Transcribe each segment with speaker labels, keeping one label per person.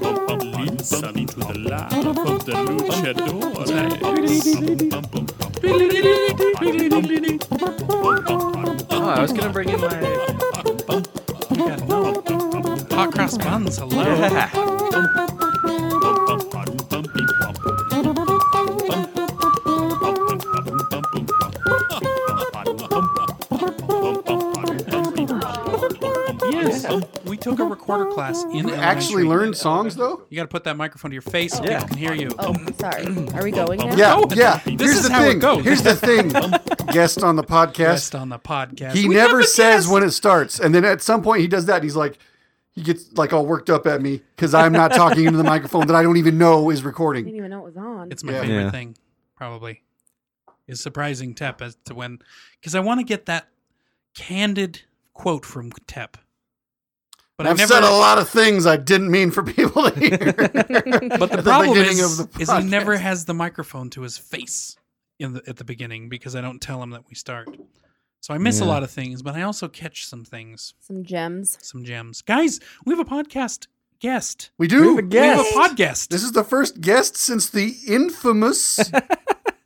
Speaker 1: Linsade to the land of the luchadores.
Speaker 2: Oh, I was gonna bring in my
Speaker 3: Hot cross buns, hello.
Speaker 2: yeah.
Speaker 3: Yes, Oh, we took a recorder class in
Speaker 4: You actually
Speaker 3: elementary.
Speaker 4: learned songs though?
Speaker 3: You got to put that microphone to your face so
Speaker 2: Yeah.
Speaker 3: people can hear you.
Speaker 5: Oh, sorry. Are we going now?
Speaker 4: Yeah,
Speaker 3: No.
Speaker 4: yeah.
Speaker 3: This
Speaker 4: Here's
Speaker 3: is
Speaker 4: the
Speaker 3: how it
Speaker 4: thing.
Speaker 3: goes.
Speaker 4: Here's the thing. Guest on the podcast.
Speaker 3: Guest on the podcast.
Speaker 4: He
Speaker 3: We
Speaker 4: never
Speaker 3: have a
Speaker 4: says
Speaker 3: guest.
Speaker 4: when it starts. And then at some point he does that. He's like, he gets like all worked up at me because I'm not talking into the microphone that I don't even know is
Speaker 5: I didn't
Speaker 4: recording.
Speaker 5: even know it was on.
Speaker 3: It's my
Speaker 4: Yeah.
Speaker 3: favorite
Speaker 2: Yeah.
Speaker 3: thing, probably. Is surprising Tep as to when, because I want to get that candid quote from Tep. But
Speaker 4: I've said a lot of things I didn't mean for people to hear.
Speaker 3: But the
Speaker 4: at the
Speaker 3: problem
Speaker 4: beginning
Speaker 3: is,
Speaker 4: of the
Speaker 3: is he never
Speaker 4: podcast.
Speaker 3: has the microphone to his face in the, at the beginning because I don't tell him that we start. So I miss a
Speaker 2: Yeah.
Speaker 3: lot of things, but I also catch some things,
Speaker 5: Some gems.
Speaker 3: some gems. Guys, we have a podcast guest.
Speaker 4: we do.
Speaker 3: We have a podcast.
Speaker 4: This is the first guest since the infamous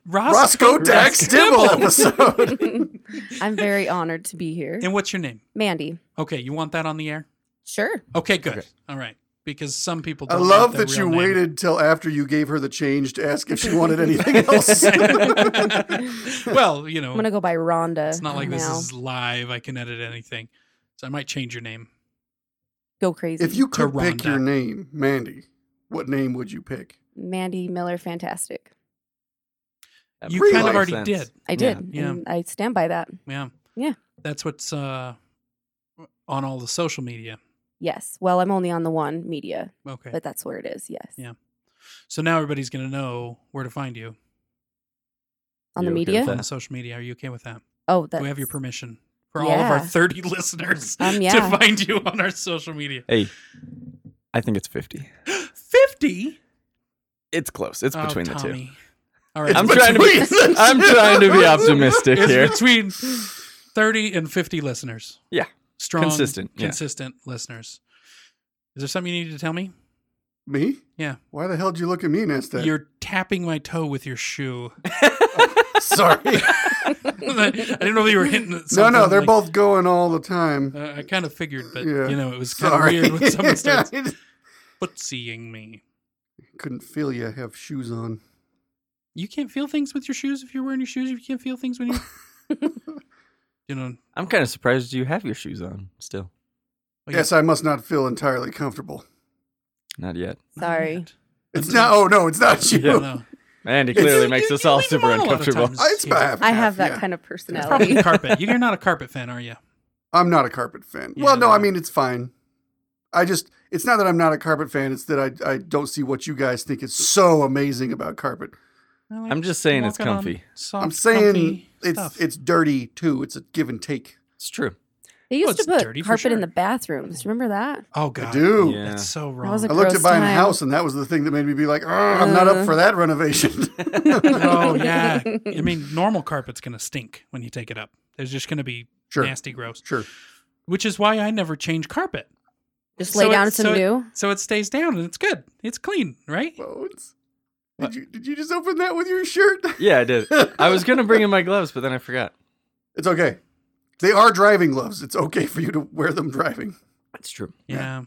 Speaker 3: Roscoe,
Speaker 4: Roscoe Dax Dibble episode.
Speaker 5: I'm very honored to be here.
Speaker 3: And what's your name?
Speaker 5: Mandy.
Speaker 3: Okay, you want that on the air?
Speaker 5: Sure.
Speaker 3: Okay, good.
Speaker 2: Okay.
Speaker 3: All right. Because some people
Speaker 4: I
Speaker 3: don't have
Speaker 4: love
Speaker 3: their
Speaker 4: that you
Speaker 3: real name.
Speaker 4: waited till after you gave her the change to ask if she wanted anything else.
Speaker 3: well, you
Speaker 5: I'm
Speaker 3: know,
Speaker 5: going to go by Rhonda.
Speaker 3: it's not like
Speaker 5: now.
Speaker 3: this is live. I can edit anything. So I might change your name.
Speaker 5: Go crazy.
Speaker 4: if you could pick
Speaker 3: Taronda.
Speaker 4: your name, Mandy, what name would you pick?
Speaker 5: Mandy Miller, fantastic.
Speaker 2: That
Speaker 3: You
Speaker 2: makes
Speaker 3: kind
Speaker 2: a
Speaker 3: of
Speaker 2: lot
Speaker 3: already
Speaker 2: sense.
Speaker 3: did.
Speaker 5: I did.
Speaker 3: Yeah.
Speaker 5: And I stand by that.
Speaker 3: Yeah.
Speaker 5: Yeah.
Speaker 3: That's what's uh, on all the social media.
Speaker 5: Yes. Well, I'm only on the one media,
Speaker 3: Okay.
Speaker 5: but that's where it is. Yes.
Speaker 3: Yeah. So now everybody's going to know where to find you
Speaker 5: On the
Speaker 2: You okay with
Speaker 5: media?
Speaker 2: that?
Speaker 3: on the social media. Are you okay with that?
Speaker 5: Oh, that's.
Speaker 3: Do we have your permission for all of our
Speaker 5: Yeah.
Speaker 3: 30 listeners
Speaker 5: Um,
Speaker 3: to
Speaker 5: yeah.
Speaker 3: find you on our social media?
Speaker 2: Hey, I think it's 50.
Speaker 3: 50?
Speaker 2: It's close.
Speaker 3: Oh,
Speaker 2: It's between the two.
Speaker 3: All right.
Speaker 2: I'm trying to be.
Speaker 4: Between the
Speaker 2: I'm
Speaker 4: two.
Speaker 2: trying to be optimistic
Speaker 3: it's
Speaker 2: here.
Speaker 3: between 30 and 50 listeners.
Speaker 2: Yeah.
Speaker 3: Strong,
Speaker 2: Consistent, yeah.
Speaker 3: consistent listeners. Is there something you need to tell me?
Speaker 4: Me?
Speaker 3: Yeah.
Speaker 4: Why the hell did you look at me and ask that?
Speaker 3: You're tapping my toe with your shoe.
Speaker 4: Sorry.
Speaker 3: I didn't know if you were hitting it.
Speaker 4: no, no,
Speaker 3: something
Speaker 4: they're
Speaker 3: like-
Speaker 4: both going all the time.
Speaker 3: Uh, I kind of figured, but
Speaker 4: Yeah.
Speaker 3: you know, it was kind of
Speaker 4: Sorry.
Speaker 3: weird when someone starts
Speaker 4: I just
Speaker 3: footseeing me.
Speaker 4: Couldn't feel you have shoes on.
Speaker 3: Oh, You can't feel things with your shoes if you're wearing your shoes. You can't feel things when you're, you know.
Speaker 2: I'm kind of surprised you have your shoes on still.
Speaker 3: like-
Speaker 4: Yes, I must not feel entirely comfortable.
Speaker 2: Not yet.
Speaker 5: Sorry.
Speaker 4: It's not. Oh no, it's not you.
Speaker 3: I don't know.
Speaker 2: Andy
Speaker 4: It's-
Speaker 2: clearly
Speaker 3: You-
Speaker 2: makes
Speaker 3: you-
Speaker 2: us
Speaker 3: you
Speaker 2: all
Speaker 3: leave them
Speaker 2: super
Speaker 3: on a lot of
Speaker 2: uncomfortable.
Speaker 3: times.
Speaker 4: I- It's about half-
Speaker 5: I have that
Speaker 4: yeah.
Speaker 5: kind of
Speaker 3: It's probably
Speaker 5: personality.
Speaker 3: carpet. You're not a carpet fan, are you?
Speaker 4: I'm not a carpet fan.
Speaker 3: Yeah,
Speaker 4: well, no,
Speaker 3: no.
Speaker 4: I mean it's fine. I just it's not that I'm not a carpet fan, it's that I I don't see what you guys think is so amazing about carpet.
Speaker 3: I like
Speaker 2: I'm just saying it's
Speaker 3: walking on
Speaker 2: comfy.
Speaker 3: soft,
Speaker 4: I'm saying
Speaker 3: Oh, comfy
Speaker 4: it's
Speaker 3: stuff.
Speaker 4: it's dirty too. It's a give and take.
Speaker 2: It's true.
Speaker 5: They
Speaker 3: Well,
Speaker 5: used to
Speaker 3: it's
Speaker 5: put
Speaker 3: dirty
Speaker 5: carpet
Speaker 3: for
Speaker 5: in
Speaker 3: sure.
Speaker 5: the bathrooms. Remember that?
Speaker 3: oh god,
Speaker 4: I do.
Speaker 2: Yeah.
Speaker 3: that's so wrong.
Speaker 5: was
Speaker 4: I
Speaker 5: a-
Speaker 4: looked at
Speaker 5: Gross
Speaker 4: buying a
Speaker 5: time.
Speaker 4: house and that was the thing that made me be like, "Ugh, I'm not up
Speaker 5: Uh.
Speaker 4: for that renovation.
Speaker 3: oh yeah, I mean, normal carpet's gonna stink when you take it up. There's just gonna be
Speaker 4: Sure.
Speaker 3: nasty, gross.
Speaker 4: sure.
Speaker 3: Which is why I never change carpet.
Speaker 5: Just
Speaker 3: So
Speaker 5: lay
Speaker 3: it-
Speaker 5: down some
Speaker 3: so it-
Speaker 5: new.
Speaker 3: So it stays down and it's good. It's clean, right?
Speaker 4: Bones. Did you did you just open that with your shirt?
Speaker 2: Yeah, I did. I was gonna bring in my gloves, but then I forgot.
Speaker 4: It's okay. They are driving gloves. It's okay for you to wear them driving.
Speaker 2: That's true.
Speaker 3: Yeah.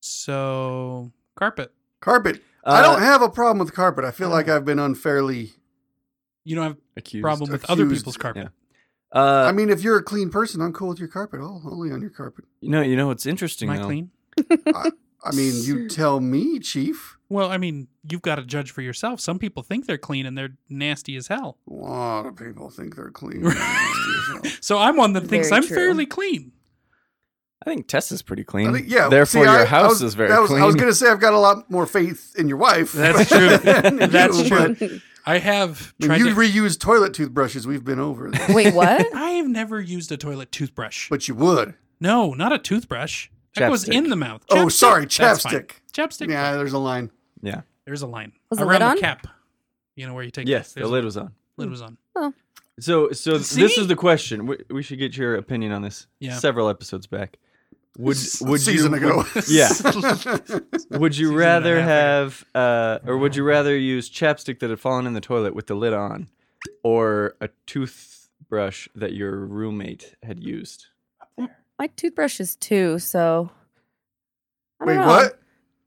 Speaker 3: So carpet.
Speaker 4: Carpet.
Speaker 2: Uh,
Speaker 4: I don't have a problem with carpet. I feel like I've been unfairly
Speaker 3: You don't have a
Speaker 2: accused.
Speaker 3: problem with other
Speaker 4: Accused,
Speaker 3: people's carpet.
Speaker 2: yeah. Uh,
Speaker 4: I mean, if you're a clean person, I'm cool with your carpet. I'll only on your carpet.
Speaker 2: you know, you know what's interesting
Speaker 3: Am I
Speaker 2: though.
Speaker 3: clean?
Speaker 4: I mean, you tell me, Chief.
Speaker 3: Well, I mean, you've got to judge for yourself. Some people think they're clean and they're nasty as hell.
Speaker 4: A lot of people think they're clean. They're nasty as hell.
Speaker 3: So I'm one that thinks
Speaker 5: Very
Speaker 3: I'm
Speaker 5: true.
Speaker 3: fairly clean.
Speaker 2: I think Tess is pretty clean.
Speaker 4: I think- yeah.
Speaker 2: Therefore,
Speaker 4: see, I-
Speaker 2: your
Speaker 4: I
Speaker 2: house
Speaker 4: was-
Speaker 2: is very
Speaker 4: that was-
Speaker 2: clean.
Speaker 4: I was going to say I've got a lot more faith in your wife.
Speaker 3: That's true.
Speaker 4: than in
Speaker 3: That's
Speaker 4: you,
Speaker 3: true.
Speaker 4: but
Speaker 3: I have
Speaker 4: when
Speaker 3: tried
Speaker 4: you
Speaker 3: to-
Speaker 4: reuse toilet toothbrushes. We've been over this,
Speaker 5: Wait, what?
Speaker 3: I have never used a toilet toothbrush.
Speaker 4: but you would.
Speaker 3: no, not a toothbrush. That goes
Speaker 2: Chapstick.
Speaker 3: in the mouth.
Speaker 4: Oh, sorry,
Speaker 3: That's fine.
Speaker 4: chapstick.
Speaker 3: Chapstick.
Speaker 4: Yeah, there's a line.
Speaker 2: yeah.
Speaker 3: There's a line
Speaker 5: Was the
Speaker 3: around
Speaker 5: lid on?
Speaker 3: cap. You know where you take
Speaker 2: Yes,
Speaker 3: there's
Speaker 2: the
Speaker 3: a-
Speaker 2: lid was on.
Speaker 3: Lid was on.
Speaker 2: So, so th-
Speaker 3: See?
Speaker 2: this is the question. We, we should get your opinion on this.
Speaker 3: Yeah.
Speaker 2: Several episodes back. Would
Speaker 4: S-
Speaker 2: would
Speaker 4: season
Speaker 2: you,
Speaker 4: ago.
Speaker 2: Yeah.
Speaker 4: I
Speaker 2: Would, would you
Speaker 3: Season and a
Speaker 2: rather
Speaker 3: half
Speaker 2: have, uh, or would you rather use chapstick that had fallen in the toilet with the lid on, or a toothbrush that your roommate had used?
Speaker 5: My toothbrush is two, so. I don't
Speaker 4: Wait,
Speaker 5: know.
Speaker 4: what?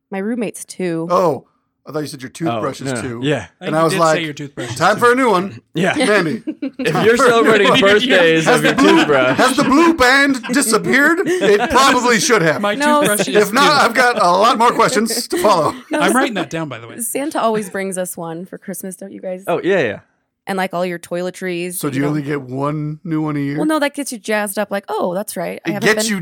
Speaker 5: My roommate's two.
Speaker 4: Oh, I thought you said your toothbrush
Speaker 2: Oh,
Speaker 4: is
Speaker 2: no, no.
Speaker 4: two.
Speaker 2: Yeah,
Speaker 3: I
Speaker 4: And
Speaker 3: think
Speaker 4: I
Speaker 3: you
Speaker 4: was
Speaker 3: did
Speaker 4: like,
Speaker 3: say your toothbrush.
Speaker 4: Time for a new one,
Speaker 2: yeah.
Speaker 4: Mandy.
Speaker 2: If you're celebrating birthdays
Speaker 4: Has
Speaker 2: of
Speaker 4: the
Speaker 2: your
Speaker 4: blue
Speaker 2: toothbrush,
Speaker 4: has the blue band disappeared? It probably should have.
Speaker 3: my
Speaker 5: No,
Speaker 3: toothbrush is
Speaker 4: If not,
Speaker 3: due.
Speaker 4: I've got a lot more questions to follow.
Speaker 5: No,
Speaker 3: I'm writing that down by the way.
Speaker 5: Santa always brings us one for Christmas, don't you guys?
Speaker 2: oh yeah, yeah.
Speaker 5: And like all your toiletries.
Speaker 4: So
Speaker 5: that
Speaker 4: do you
Speaker 5: don't-
Speaker 4: only get one new one a year?
Speaker 5: Well, no, that gets you jazzed up. Like, oh, that's right. I
Speaker 4: It
Speaker 5: haven't
Speaker 4: gets
Speaker 5: been-
Speaker 4: you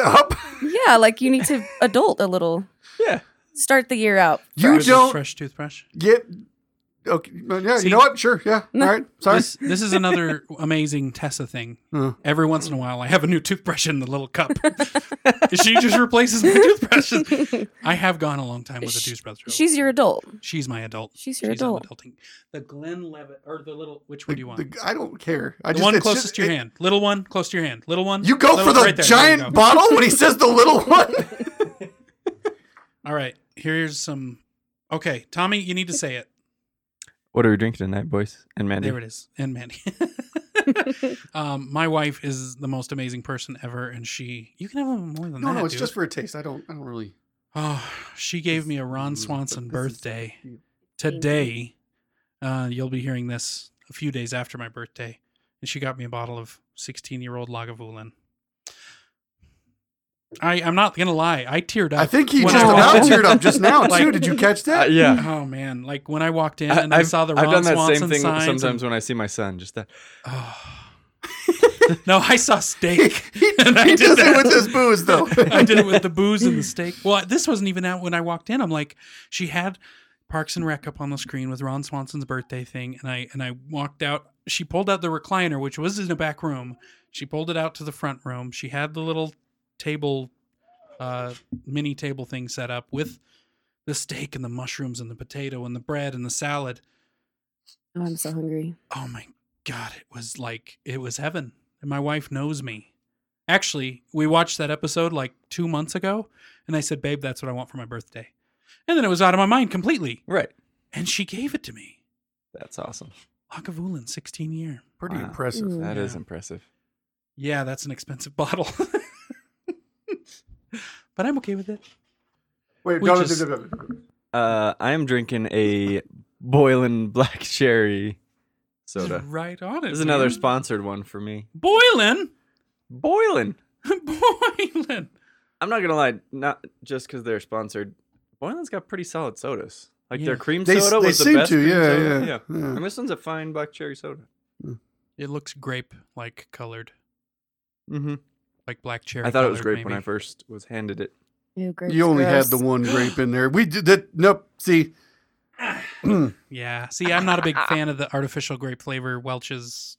Speaker 4: up.
Speaker 5: Yeah, like you need to adult a little.
Speaker 2: Yeah.
Speaker 5: Start the year out.
Speaker 4: You
Speaker 3: Fresh-
Speaker 4: don't
Speaker 3: fresh toothbrush.
Speaker 4: get. Okay, well, yeah.
Speaker 3: See-
Speaker 4: You know what? Sure. Yeah. All right. Sorry.
Speaker 3: This, this is another amazing Tessa thing.
Speaker 4: Uh.
Speaker 3: Every once in a while, I have a new toothbrush in the little cup. she just replaces my toothbrushes. I have gone a long time with a
Speaker 5: Sh-
Speaker 3: toothbrush.
Speaker 5: She's your adult.
Speaker 3: she's my adult.
Speaker 5: She's your
Speaker 3: an
Speaker 5: adult.
Speaker 3: adulting. The Glenn Levitt or the little which
Speaker 4: The-
Speaker 3: one do you want?
Speaker 4: the- I don't care. I
Speaker 3: the
Speaker 4: just,
Speaker 3: one
Speaker 4: it's
Speaker 3: closest
Speaker 4: just-
Speaker 3: to your
Speaker 4: it-
Speaker 3: hand. Little one, close to your hand. Little one.
Speaker 4: You go
Speaker 3: little-
Speaker 4: for the
Speaker 3: right there. There you
Speaker 4: giant
Speaker 3: go.
Speaker 4: bottle when he says the little one.
Speaker 3: All right, here's some. Okay, Tommy, you need to say it.
Speaker 2: What are we drinking tonight, boys and Mandy?
Speaker 3: There it is. And Mandy. um, my wife is the most amazing person ever, and she. You can have them more than
Speaker 4: no,
Speaker 3: that.
Speaker 4: no, it's
Speaker 3: dude.
Speaker 4: just for a taste. I don't. I don't really.
Speaker 3: Oh, she gave me a Ron
Speaker 4: Mm,
Speaker 3: Swanson
Speaker 4: but this is-
Speaker 3: birthday
Speaker 4: you-
Speaker 3: today. Uh, you'll be hearing this a few days after my birthday, and she got me a bottle of 16-year-old Lagavulin. I I'm not gonna lie, I teared up.
Speaker 4: I think he
Speaker 3: when
Speaker 4: just
Speaker 3: I
Speaker 4: about
Speaker 3: walked in.
Speaker 4: teared up just now
Speaker 3: Like-
Speaker 4: too. Did you catch
Speaker 2: Uh,
Speaker 4: that?
Speaker 2: yeah.
Speaker 3: Oh man, like when I walked in
Speaker 2: I-
Speaker 3: and I, saw the Ron
Speaker 2: I've done that
Speaker 3: Swanson
Speaker 2: same thing
Speaker 3: signs and-
Speaker 2: sometimes when I see my son. Just that.
Speaker 3: Oh. no, I saw
Speaker 4: he
Speaker 3: steak.
Speaker 4: he,
Speaker 3: And I
Speaker 4: he
Speaker 3: did
Speaker 4: does
Speaker 3: that.
Speaker 4: it with his booze though.
Speaker 3: I did it with the booze and the steak. Well, this wasn't even out when I walked in. I'm like, she had Parks and Rec up on the screen with Ron Swanson's birthday thing, and I and I walked out. She pulled out the recliner, which was in the back room. She pulled it out to the front room. She had the little table, uh, mini table thing set up with the steak and the mushrooms and the potato and the bread and the salad.
Speaker 5: Oh, I'm so hungry.
Speaker 3: Oh my god, it was like it was heaven. And my wife knows me. Actually, we watched that episode like two months ago, and I said, "Babe, that's what I want for my birthday." And then it was out of my mind completely,
Speaker 2: Right.
Speaker 3: and she gave it to me.
Speaker 2: That's awesome.
Speaker 3: Lagavulin, sixteen year.
Speaker 4: Pretty
Speaker 2: Wow.
Speaker 4: impressive.
Speaker 5: Ooh.
Speaker 2: That is
Speaker 3: Yeah.
Speaker 2: impressive.
Speaker 3: Yeah, that's an expensive bottle, but I'm okay with it.
Speaker 4: Wait,
Speaker 3: We
Speaker 4: no, no,
Speaker 3: just-
Speaker 4: no, no, no, no.
Speaker 2: Uh, I am drinking a boiling black cherry soda.
Speaker 3: Right on it.
Speaker 2: This is another
Speaker 3: man.
Speaker 2: sponsored one for me.
Speaker 3: Boylan.
Speaker 2: Boiling.
Speaker 3: Boylan.
Speaker 2: I'm not gonna lie, not just because they're sponsored. Boylan's got pretty solid sodas. Like
Speaker 3: Yeah.
Speaker 2: their cream
Speaker 4: They,
Speaker 2: soda
Speaker 4: they
Speaker 2: was
Speaker 4: seem
Speaker 2: the best.
Speaker 4: to.
Speaker 2: cream
Speaker 4: Yeah,
Speaker 2: soda.
Speaker 4: yeah, yeah.
Speaker 2: And this one's a fine black cherry soda.
Speaker 3: It looks grape-like colored,
Speaker 2: Mm-hmm.
Speaker 3: like black cherry.
Speaker 2: I thought it was
Speaker 3: colored,
Speaker 2: grape when I
Speaker 3: maybe.
Speaker 2: first was handed it.
Speaker 5: Ew, grape's
Speaker 4: You only had the
Speaker 5: gross.
Speaker 4: one grape in there. We did that. Nope. See,
Speaker 3: Yeah. See, I'm not a big fan of the artificial grape flavor Welch's.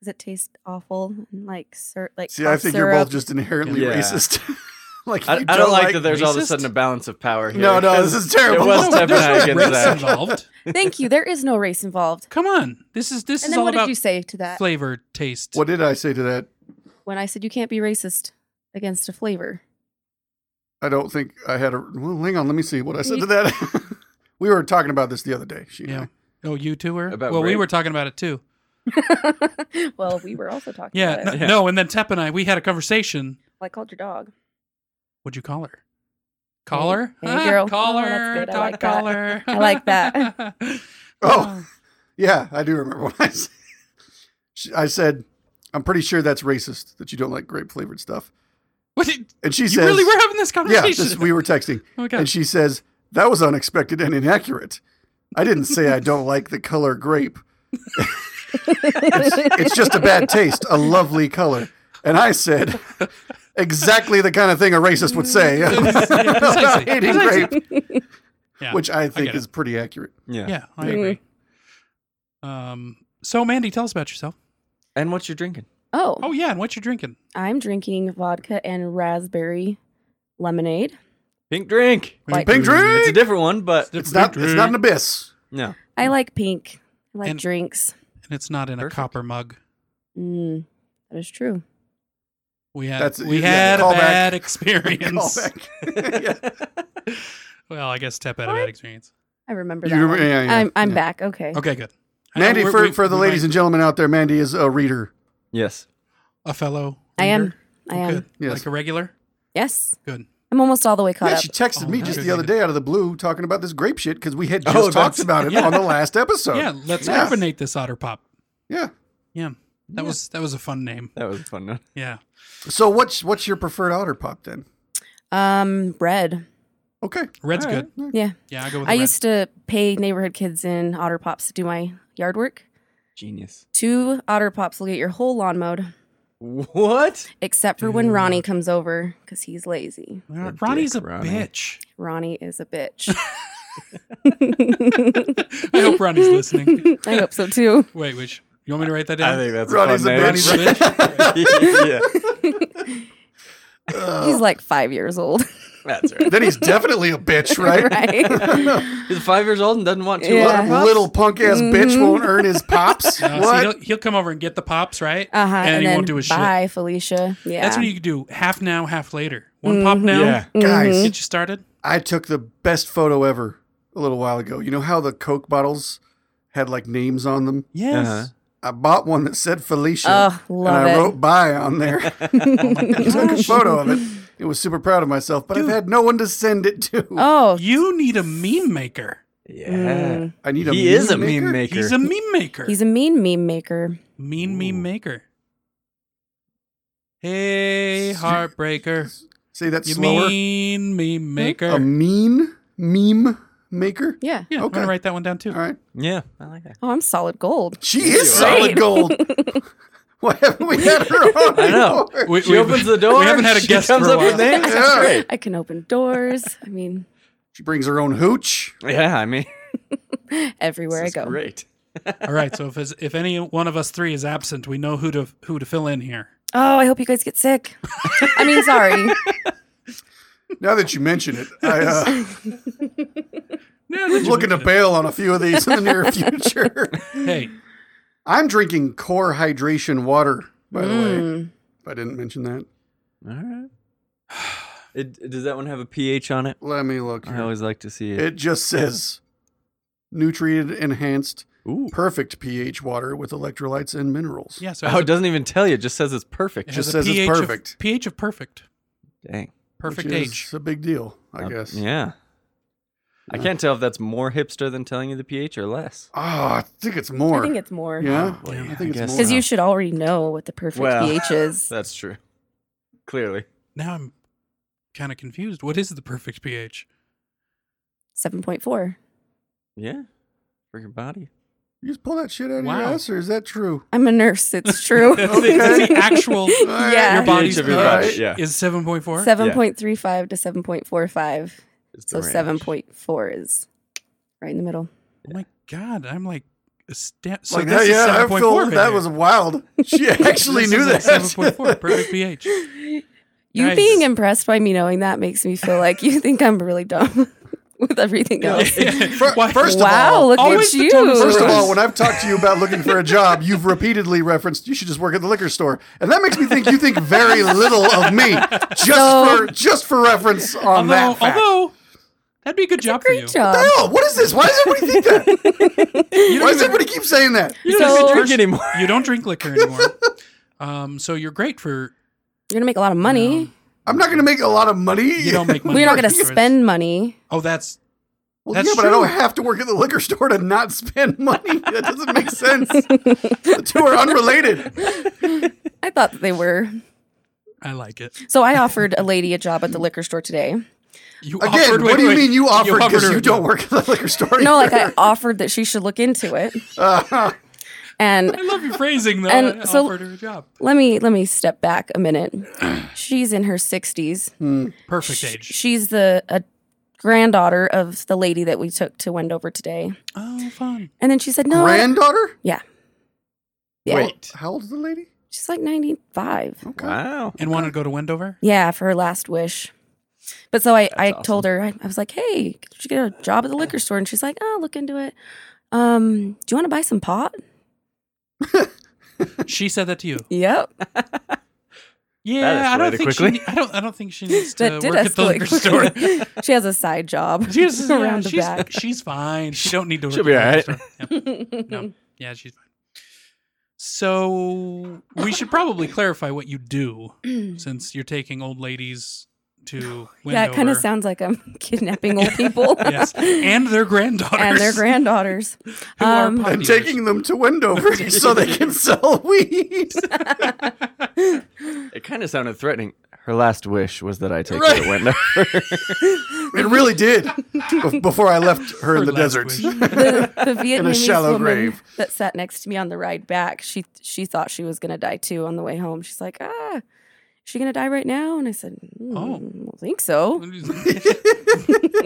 Speaker 5: Does it taste awful? And like, sir, like.
Speaker 4: see, I
Speaker 5: cough
Speaker 4: think you're both
Speaker 5: syrup?
Speaker 4: just inherently
Speaker 2: Yeah.
Speaker 4: racist. like
Speaker 2: I, I
Speaker 4: you
Speaker 2: don't, like, that there's all of a
Speaker 3: racist?
Speaker 2: sudden a balance of power here.
Speaker 4: No, no, this is terrible.
Speaker 2: It was
Speaker 3: there's
Speaker 2: Stephen
Speaker 3: no
Speaker 2: Hagin,
Speaker 3: race
Speaker 2: Zach.
Speaker 3: involved.
Speaker 5: Thank you. There is no race involved.
Speaker 3: Come on. This is this is
Speaker 5: And then
Speaker 3: all
Speaker 5: what did
Speaker 3: about
Speaker 5: you say to that
Speaker 3: flavor, taste.
Speaker 4: What did I say to that?
Speaker 5: when I said you can't be racist against a flavor?
Speaker 4: I don't think I had a. Well, hang on. Let me see what I said to that. we were talking about this the other day. She and
Speaker 3: Yeah.
Speaker 4: I.
Speaker 3: Oh, you two were.
Speaker 2: About
Speaker 3: well, we
Speaker 2: rape?
Speaker 3: were talking about it too.
Speaker 5: well, we were also talking
Speaker 3: Yeah
Speaker 5: about
Speaker 3: no,
Speaker 5: it.
Speaker 2: Yeah.
Speaker 3: no, and then Tep and I we had a conversation.
Speaker 5: Well, I called your dog.
Speaker 3: What'd you call her? Caller? Ah,
Speaker 5: Hey, girl. Oh,
Speaker 3: Caller.
Speaker 5: that's good. I
Speaker 3: dog
Speaker 5: like that.
Speaker 3: caller.
Speaker 5: I like that.
Speaker 4: Oh. Yeah, I do remember what I said. She- I said, I'm pretty sure that's racist that you don't like grape flavored stuff.
Speaker 3: What did-
Speaker 4: And she
Speaker 3: you
Speaker 4: says,
Speaker 3: really were having this
Speaker 4: Yeah,
Speaker 3: conversation.
Speaker 4: this, we were texting.
Speaker 3: oh my God.
Speaker 4: And she says, That was unexpected and inaccurate. I didn't say I don't like the color grape. It's just a bad taste, a lovely color. And I said, Exactly the kind of thing a racist would say
Speaker 3: Yeah,
Speaker 4: about
Speaker 3: precisely.
Speaker 4: hating
Speaker 3: Precisely.
Speaker 4: grape,
Speaker 3: Yeah.
Speaker 4: which I Mm-hmm. think
Speaker 3: get it.
Speaker 4: is pretty accurate.
Speaker 2: Yeah.
Speaker 3: Yeah, I agree. Um so Mandy, tell us about yourself.
Speaker 2: And what you're drinking?
Speaker 5: Oh,
Speaker 3: Oh yeah, and what you're drinking.
Speaker 5: I'm drinking vodka and raspberry lemonade.
Speaker 2: Pink drink.
Speaker 4: Pink
Speaker 2: It's a
Speaker 4: drink!
Speaker 2: different one, but
Speaker 3: It's
Speaker 4: It's not, it's not an abyss.
Speaker 2: no.
Speaker 5: I like pink. I like
Speaker 3: And-
Speaker 5: drinks.
Speaker 3: and it's not in a
Speaker 2: Perfect.
Speaker 3: copper mug.
Speaker 5: Mm, that is true.
Speaker 3: We had
Speaker 4: That's-
Speaker 3: we
Speaker 4: yeah,
Speaker 3: had a
Speaker 4: callback.
Speaker 3: bad experience.
Speaker 4: Callback. yeah.
Speaker 3: well, I guess Tep had a
Speaker 5: What?
Speaker 3: bad experience.
Speaker 5: I remember
Speaker 4: You
Speaker 5: that.
Speaker 4: remember-
Speaker 5: one.
Speaker 4: yeah, yeah,
Speaker 5: I'm I'm
Speaker 4: yeah.
Speaker 5: back. Okay.
Speaker 3: Okay, good. I know
Speaker 4: Mandy,
Speaker 3: we're-
Speaker 4: for,
Speaker 3: we-
Speaker 4: for the
Speaker 3: we
Speaker 4: ladies
Speaker 3: might-
Speaker 4: and gentlemen out there, Mandy is a reader.
Speaker 2: yes.
Speaker 3: a fellow.
Speaker 5: I am.
Speaker 3: reader?
Speaker 5: I am.
Speaker 3: Good.
Speaker 4: Yes.
Speaker 3: Like a regular.
Speaker 5: Yes.
Speaker 3: Good.
Speaker 5: I'm almost all the way caught
Speaker 4: yeah,
Speaker 5: up.
Speaker 4: she texted
Speaker 3: Oh,
Speaker 4: me
Speaker 3: no.
Speaker 4: just
Speaker 3: Good,
Speaker 4: the other
Speaker 3: good.
Speaker 4: day out of the blue talking about this grape shit because we had
Speaker 2: Oh,
Speaker 4: just talked
Speaker 2: that's-
Speaker 4: about it
Speaker 3: yeah.
Speaker 4: on the last episode.
Speaker 3: yeah, let's
Speaker 4: yes.
Speaker 3: hibernate this otter pop.
Speaker 4: Yeah.
Speaker 3: Yeah, that was that was a fun name.
Speaker 2: That was a fun one.
Speaker 3: Yeah,
Speaker 4: So what's what's your preferred otter pop then?
Speaker 5: Um, bread.
Speaker 4: Okay.
Speaker 3: red's
Speaker 2: All right.
Speaker 3: good.
Speaker 5: Yeah.
Speaker 3: Yeah, I go with.
Speaker 5: I
Speaker 3: red.
Speaker 5: used to pay neighborhood kids in Otter Pops to do my yard work.
Speaker 2: Genius.
Speaker 5: Two Otter Pops will get your whole lawn mowed,
Speaker 2: What?
Speaker 5: except for when
Speaker 4: Mm.
Speaker 3: Dude.
Speaker 5: Ronnie comes over because he's lazy.
Speaker 3: Well,
Speaker 2: dick,
Speaker 3: Uh, Ronnie's a
Speaker 2: Ronnie.
Speaker 3: bitch.
Speaker 5: Ronnie is a bitch.
Speaker 3: I hope Ronnie's listening.
Speaker 5: I hope so too.
Speaker 3: Wait, which you want me to write that
Speaker 2: I
Speaker 3: down?
Speaker 2: think that's
Speaker 4: Ronnie's
Speaker 2: a fun
Speaker 4: a
Speaker 2: name.
Speaker 3: Ronnie's a bitch.
Speaker 2: yeah.
Speaker 5: He's like five years old,
Speaker 2: That's right.
Speaker 4: Then he's definitely a bitch, right?
Speaker 5: right?
Speaker 2: He's five years old and doesn't want two
Speaker 5: Yeah. Mm-hmm.
Speaker 2: water pops?
Speaker 4: Little punk ass bitch won't earn his pops.
Speaker 3: Uh, so
Speaker 4: what?
Speaker 3: he'll, he'll come over and get the pops, right?
Speaker 5: Uh huh.
Speaker 3: And,
Speaker 5: And,
Speaker 3: he
Speaker 5: then
Speaker 3: won't do his shit.
Speaker 5: bye, Felicia. Yeah. Mm-hmm.
Speaker 3: That's what you could do. Half now, half later. One pop now.
Speaker 2: Yeah.
Speaker 4: Guys,
Speaker 3: Get you started.
Speaker 4: I took the best photo ever a little while ago. You know how the Coke bottles had like names on them?
Speaker 3: Yes.
Speaker 2: Uh-huh.
Speaker 4: I bought one that said Felicia.
Speaker 5: Oh, love
Speaker 4: and I
Speaker 5: it.
Speaker 4: wrote bye on there. I took a photo of it. It was super proud of myself, but
Speaker 3: Dude.
Speaker 4: I've had no one to send it to.
Speaker 5: oh,
Speaker 3: You need a meme maker.
Speaker 2: Yeah.
Speaker 5: Mm.
Speaker 4: I need a
Speaker 2: He is a
Speaker 4: meme
Speaker 2: meme maker.
Speaker 3: He's a meme maker.
Speaker 5: he's a mean meme maker.
Speaker 3: mean
Speaker 2: Ooh.
Speaker 3: meme maker. Hey,
Speaker 4: S-
Speaker 3: heartbreaker.
Speaker 4: Say that
Speaker 3: You
Speaker 4: slower.
Speaker 3: mean meme maker.
Speaker 4: a mean meme maker.
Speaker 5: Yeah.
Speaker 3: yeah, I'm
Speaker 4: okay.
Speaker 3: gonna write that one down too.
Speaker 4: All right.
Speaker 2: Yeah. I like that.
Speaker 5: Oh, I'm solid gold.
Speaker 4: She is
Speaker 5: are.
Speaker 4: solid gold. Why haven't we had her on?
Speaker 2: I know.
Speaker 4: before?
Speaker 3: We-
Speaker 2: She
Speaker 3: we've-
Speaker 2: opens the door.
Speaker 3: We haven't had a
Speaker 2: she
Speaker 3: guest
Speaker 2: comes
Speaker 3: for a
Speaker 2: up with
Speaker 3: while.
Speaker 2: names. That's
Speaker 4: Yeah.
Speaker 2: great.
Speaker 5: I can open doors. I mean,
Speaker 4: She brings her own hooch.
Speaker 2: Yeah, I mean,
Speaker 5: everywhere I
Speaker 2: this
Speaker 5: go.
Speaker 2: is great.
Speaker 3: All right. So if it's- if any one of us three is absent, we know who to who to fill in here.
Speaker 5: Oh, I hope you guys get sick. I mean, sorry.
Speaker 4: Now that you mention it, I, uh,
Speaker 3: Yeah,
Speaker 4: am looking to bail on a few of these in the near future.
Speaker 3: Hey,
Speaker 4: I'm drinking core hydration water, by the way.
Speaker 5: Mm.
Speaker 4: If I didn't mention that,
Speaker 2: All right. It, does that one have a pH on it?
Speaker 4: let me look.
Speaker 2: I
Speaker 4: Here.
Speaker 2: always like to see it.
Speaker 4: It just says nutrient enhanced,
Speaker 2: Ooh.
Speaker 4: perfect pH water with electrolytes and minerals.
Speaker 3: yeah. So it
Speaker 2: Oh,
Speaker 3: has
Speaker 2: it doesn't even tell you. It just says it's
Speaker 3: a- it
Speaker 2: perfect.
Speaker 4: just
Speaker 3: has a
Speaker 4: says it's
Speaker 3: pH of-
Speaker 4: perfect.
Speaker 3: pH of perfect.
Speaker 2: Dang.
Speaker 3: Perfect
Speaker 4: which is
Speaker 3: age.
Speaker 4: a big deal, I
Speaker 2: Uh,
Speaker 4: guess.
Speaker 2: Yeah. I can't tell if that's more hipster than telling you the pH or less.
Speaker 4: Oh, I think it's more.
Speaker 5: I think it's more.
Speaker 4: yeah,
Speaker 2: Probably,
Speaker 4: I
Speaker 2: I
Speaker 4: think
Speaker 2: guess
Speaker 4: it's more.
Speaker 5: Because you should already know what the perfect
Speaker 2: Well.
Speaker 5: pH is.
Speaker 2: That's true. Clearly.
Speaker 3: Now I'm kind of confused. What is the perfect pH?
Speaker 5: 7.4.
Speaker 2: Yeah. For your body.
Speaker 4: You just pull that shit out of your
Speaker 3: Wow.
Speaker 4: ass, or is that true?
Speaker 5: I'm a nurse. It's true.
Speaker 3: That's the, that's the actual
Speaker 5: Yeah.
Speaker 3: your
Speaker 5: pH
Speaker 3: body's
Speaker 2: of your
Speaker 4: body,
Speaker 3: pH
Speaker 2: yeah.
Speaker 3: is seven point four.
Speaker 5: 7.35 to 7.45.
Speaker 2: It's
Speaker 5: So
Speaker 2: the range.
Speaker 5: 7.4 is right in the middle.
Speaker 3: Oh my god, I'm like a step. So
Speaker 4: like
Speaker 3: this
Speaker 4: that,
Speaker 3: is
Speaker 4: yeah, I
Speaker 3: 7.4
Speaker 4: feel
Speaker 3: right
Speaker 4: that
Speaker 3: here.
Speaker 4: was wild. She
Speaker 3: This
Speaker 4: actually
Speaker 3: is
Speaker 4: knew
Speaker 3: like
Speaker 4: that.
Speaker 3: 7.4 perfect pH.
Speaker 5: You
Speaker 3: Guys.
Speaker 5: being impressed by me knowing that makes me feel like you think I'm really dumb with everything else.
Speaker 4: Fir-
Speaker 3: Why-
Speaker 4: First of
Speaker 5: wow,
Speaker 4: all,
Speaker 5: look
Speaker 3: always
Speaker 5: at
Speaker 3: the
Speaker 5: you.
Speaker 3: dumbest
Speaker 4: First of all, when I've talked to you about looking for a job, you've repeatedly referenced you should just work at the liquor store, and that makes me think you think very little of me. Just for
Speaker 5: So-
Speaker 4: just for reference on
Speaker 3: although,
Speaker 4: that fact.
Speaker 3: although that'd be a good job for you.
Speaker 5: Great job.
Speaker 4: Hell, what is this? Why does everybody think that?
Speaker 3: You don't
Speaker 4: Why does
Speaker 3: even-
Speaker 4: everybody keep saying that?
Speaker 3: you don't even
Speaker 5: So-
Speaker 3: drink
Speaker 2: Drink anymore.
Speaker 3: You don't drink liquor anymore. Um, so you're great for
Speaker 5: You're going to make a lot of money.
Speaker 3: Um,
Speaker 4: I'm not going to make a lot of money.
Speaker 3: you don't make money.
Speaker 5: We're not
Speaker 3: at
Speaker 5: going to
Speaker 3: stores.
Speaker 5: spend money.
Speaker 3: Oh, that's
Speaker 4: Well,
Speaker 3: That's
Speaker 4: yeah, but I don't
Speaker 3: true.
Speaker 4: have to work at the liquor store to not spend money. That doesn't make sense. the two are unrelated.
Speaker 5: I thought that they were.
Speaker 3: I like it.
Speaker 5: So I offered a lady a job at the liquor store today.
Speaker 3: You
Speaker 4: Again,
Speaker 3: offered-
Speaker 4: what
Speaker 3: wait,
Speaker 4: do you
Speaker 3: wait,
Speaker 4: mean you offered because
Speaker 3: her
Speaker 4: you,
Speaker 3: a
Speaker 4: don't
Speaker 3: job.
Speaker 4: work at the liquor store?
Speaker 5: No, like I offered that she should look into it.
Speaker 4: Uh,
Speaker 5: And
Speaker 3: I love your phrasing though.
Speaker 5: And
Speaker 3: I
Speaker 5: so-
Speaker 3: offered her a job.
Speaker 5: let me let me step back a minute. She's in her 60s.
Speaker 3: Perfect
Speaker 5: Sh-
Speaker 3: age.
Speaker 5: She's the a granddaughter of the lady that we took to Wendover today.
Speaker 3: Oh, fun.
Speaker 5: And then she said, "No, I-
Speaker 4: granddaughter?
Speaker 5: yeah, yeah."
Speaker 4: Wait, how old is the lady?
Speaker 5: She's like 95.
Speaker 2: Oh.
Speaker 4: Okay.
Speaker 2: Wow.
Speaker 3: And wanted to go to Wendover.
Speaker 5: Yeah, for her last wish. But so I, I
Speaker 2: awesome.
Speaker 5: told her I, I was like, "Hey, could you get a job at the liquor store?" And she's like, "Oh, look into it." Um, do you want to buy some pot?
Speaker 3: She said that to you.
Speaker 5: Yep.
Speaker 3: Yeah, I don't
Speaker 2: escalated
Speaker 3: think she.
Speaker 2: quickly.
Speaker 3: ne- I don't. I don't think she needs to
Speaker 5: That did
Speaker 3: work at the
Speaker 5: escalate
Speaker 3: liquor store.
Speaker 5: quickly. she has a side job
Speaker 3: She's, yeah,
Speaker 5: around the
Speaker 3: she's,
Speaker 5: back.
Speaker 3: she's fine. She
Speaker 2: She-
Speaker 3: don't need to work.
Speaker 2: she'll be
Speaker 3: at the liquor store.
Speaker 5: no.
Speaker 3: Yeah. yeah, she's fine. So we should probably clarify what you do, since you're taking old ladies to.
Speaker 5: Yeah, it kind of
Speaker 3: Wendover.
Speaker 5: sounds like I'm kidnapping old people.
Speaker 3: Yes, and their granddaughters
Speaker 5: And their granddaughters.
Speaker 3: who are
Speaker 5: um,
Speaker 3: pot
Speaker 4: and
Speaker 3: dealers.
Speaker 4: taking them to Wendover so they can sell weed.
Speaker 2: It kind of sounded threatening. Her last wish was that I take
Speaker 3: Right.
Speaker 2: her to Wendover.
Speaker 4: It really did. Be- Before I left her in the
Speaker 3: last
Speaker 4: desert.
Speaker 3: wish.
Speaker 5: the, the Vietnamese
Speaker 4: shallow
Speaker 5: woman
Speaker 4: grave.
Speaker 5: that sat next to me on the ride back, she she thought she was gonna die too on the way home. She's like, ah, is she gonna die right now? And I said, mm,
Speaker 3: Oh.
Speaker 5: I don't think so.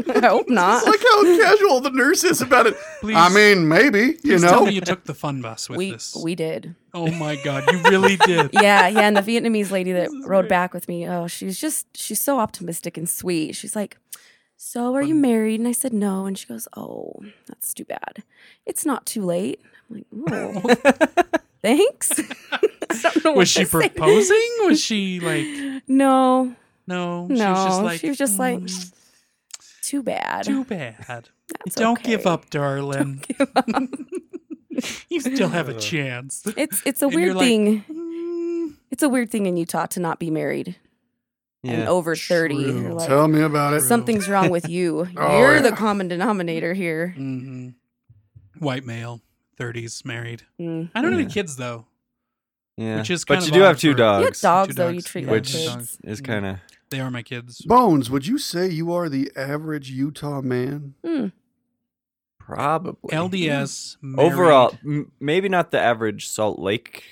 Speaker 5: I hope not.
Speaker 4: It's like how casual the nurse is about it.
Speaker 3: Please-
Speaker 4: I mean, maybe, you
Speaker 3: Please tell
Speaker 4: know.
Speaker 3: me you took the fun bus with
Speaker 5: we
Speaker 3: this.
Speaker 5: we did.
Speaker 3: oh my god, you really did.
Speaker 5: Yeah, yeah. And the Vietnamese lady that rode back with me, oh, she's just she's so optimistic and sweet. She's like, So are you
Speaker 3: Um,
Speaker 5: married? And I said, No. And she goes, Oh, that's too bad. It's not too late. I'm like, Oh, thanks. I don't know what
Speaker 3: Was she
Speaker 5: to say.
Speaker 3: proposing? Was she like
Speaker 5: No,
Speaker 3: no?
Speaker 5: no.
Speaker 3: she was just like
Speaker 5: she was just like,
Speaker 3: "Mm,
Speaker 5: too bad.
Speaker 3: too bad.
Speaker 5: That's
Speaker 3: Don't
Speaker 5: okay.
Speaker 3: give up, darling. you still have a chance.
Speaker 5: It's it's a
Speaker 3: And you're
Speaker 5: weird
Speaker 3: like,
Speaker 5: thing.
Speaker 3: Mm,
Speaker 5: It's a weird thing in Utah to not be married and
Speaker 2: yeah.
Speaker 3: oh,
Speaker 5: over thirty. You're
Speaker 3: True.
Speaker 5: like,
Speaker 4: Tell me about it.
Speaker 5: Something's wrong with you.
Speaker 4: Oh,
Speaker 5: You're
Speaker 4: yeah.
Speaker 5: the common denominator here.
Speaker 3: mhm. White male, thirties, married.
Speaker 5: Mm.
Speaker 3: I don't have any kids though.
Speaker 2: yeah.
Speaker 3: Which is kind
Speaker 2: but
Speaker 3: of
Speaker 2: you do have
Speaker 3: odd
Speaker 2: two
Speaker 3: for-
Speaker 5: You have
Speaker 2: dogs,
Speaker 5: dogs,
Speaker 3: Two
Speaker 5: though. You
Speaker 3: dogs.
Speaker 5: treat
Speaker 3: Yeah,
Speaker 5: like
Speaker 2: which
Speaker 3: two
Speaker 5: kids.
Speaker 3: dogs.
Speaker 2: is kind of
Speaker 3: They are my kids.
Speaker 4: Bones, would you say you are the average Utah man?
Speaker 5: Hmm.
Speaker 2: probably
Speaker 3: LDS married.
Speaker 2: overall. M- maybe not the average Salt Lake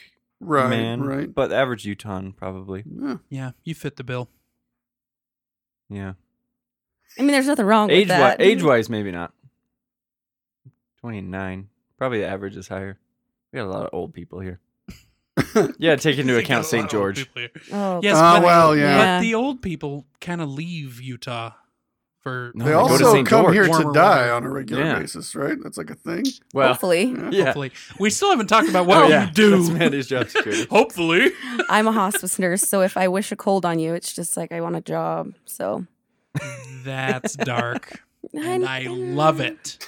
Speaker 4: Right,
Speaker 2: man,
Speaker 4: right.
Speaker 2: but the average Utah probably.
Speaker 4: Yeah.
Speaker 3: Yeah, you fit the bill.
Speaker 2: Yeah,
Speaker 5: I mean, there's nothing wrong with
Speaker 2: age wise,
Speaker 5: that.
Speaker 2: age wise, maybe not. Twenty nine, probably the average is higher. We got a lot of old people here. yeah, take into account St. George.
Speaker 5: Oh,
Speaker 3: Yes,
Speaker 4: Ah,
Speaker 3: but-
Speaker 4: well, yeah.
Speaker 5: Yeah.
Speaker 3: But the old people kind of leave Utah for
Speaker 2: No,
Speaker 4: They
Speaker 2: Go to
Speaker 4: also
Speaker 2: St.
Speaker 4: come
Speaker 2: George.
Speaker 4: here
Speaker 3: Warmer
Speaker 4: to die
Speaker 3: weather.
Speaker 4: on a regular
Speaker 2: Yeah.
Speaker 4: basis, right? That's like a thing.
Speaker 2: Well,
Speaker 5: hopefully.
Speaker 4: Yeah.
Speaker 2: yeah,
Speaker 3: Hopefully, we still haven't talked about what
Speaker 2: Oh,
Speaker 3: you
Speaker 2: yeah. That's
Speaker 3: do.
Speaker 2: Mandy's job security.
Speaker 3: Hopefully,
Speaker 5: I'm a hospice nurse, so if I wish a cold on you, it's just like I want a job. So
Speaker 3: that's dark, and I love it.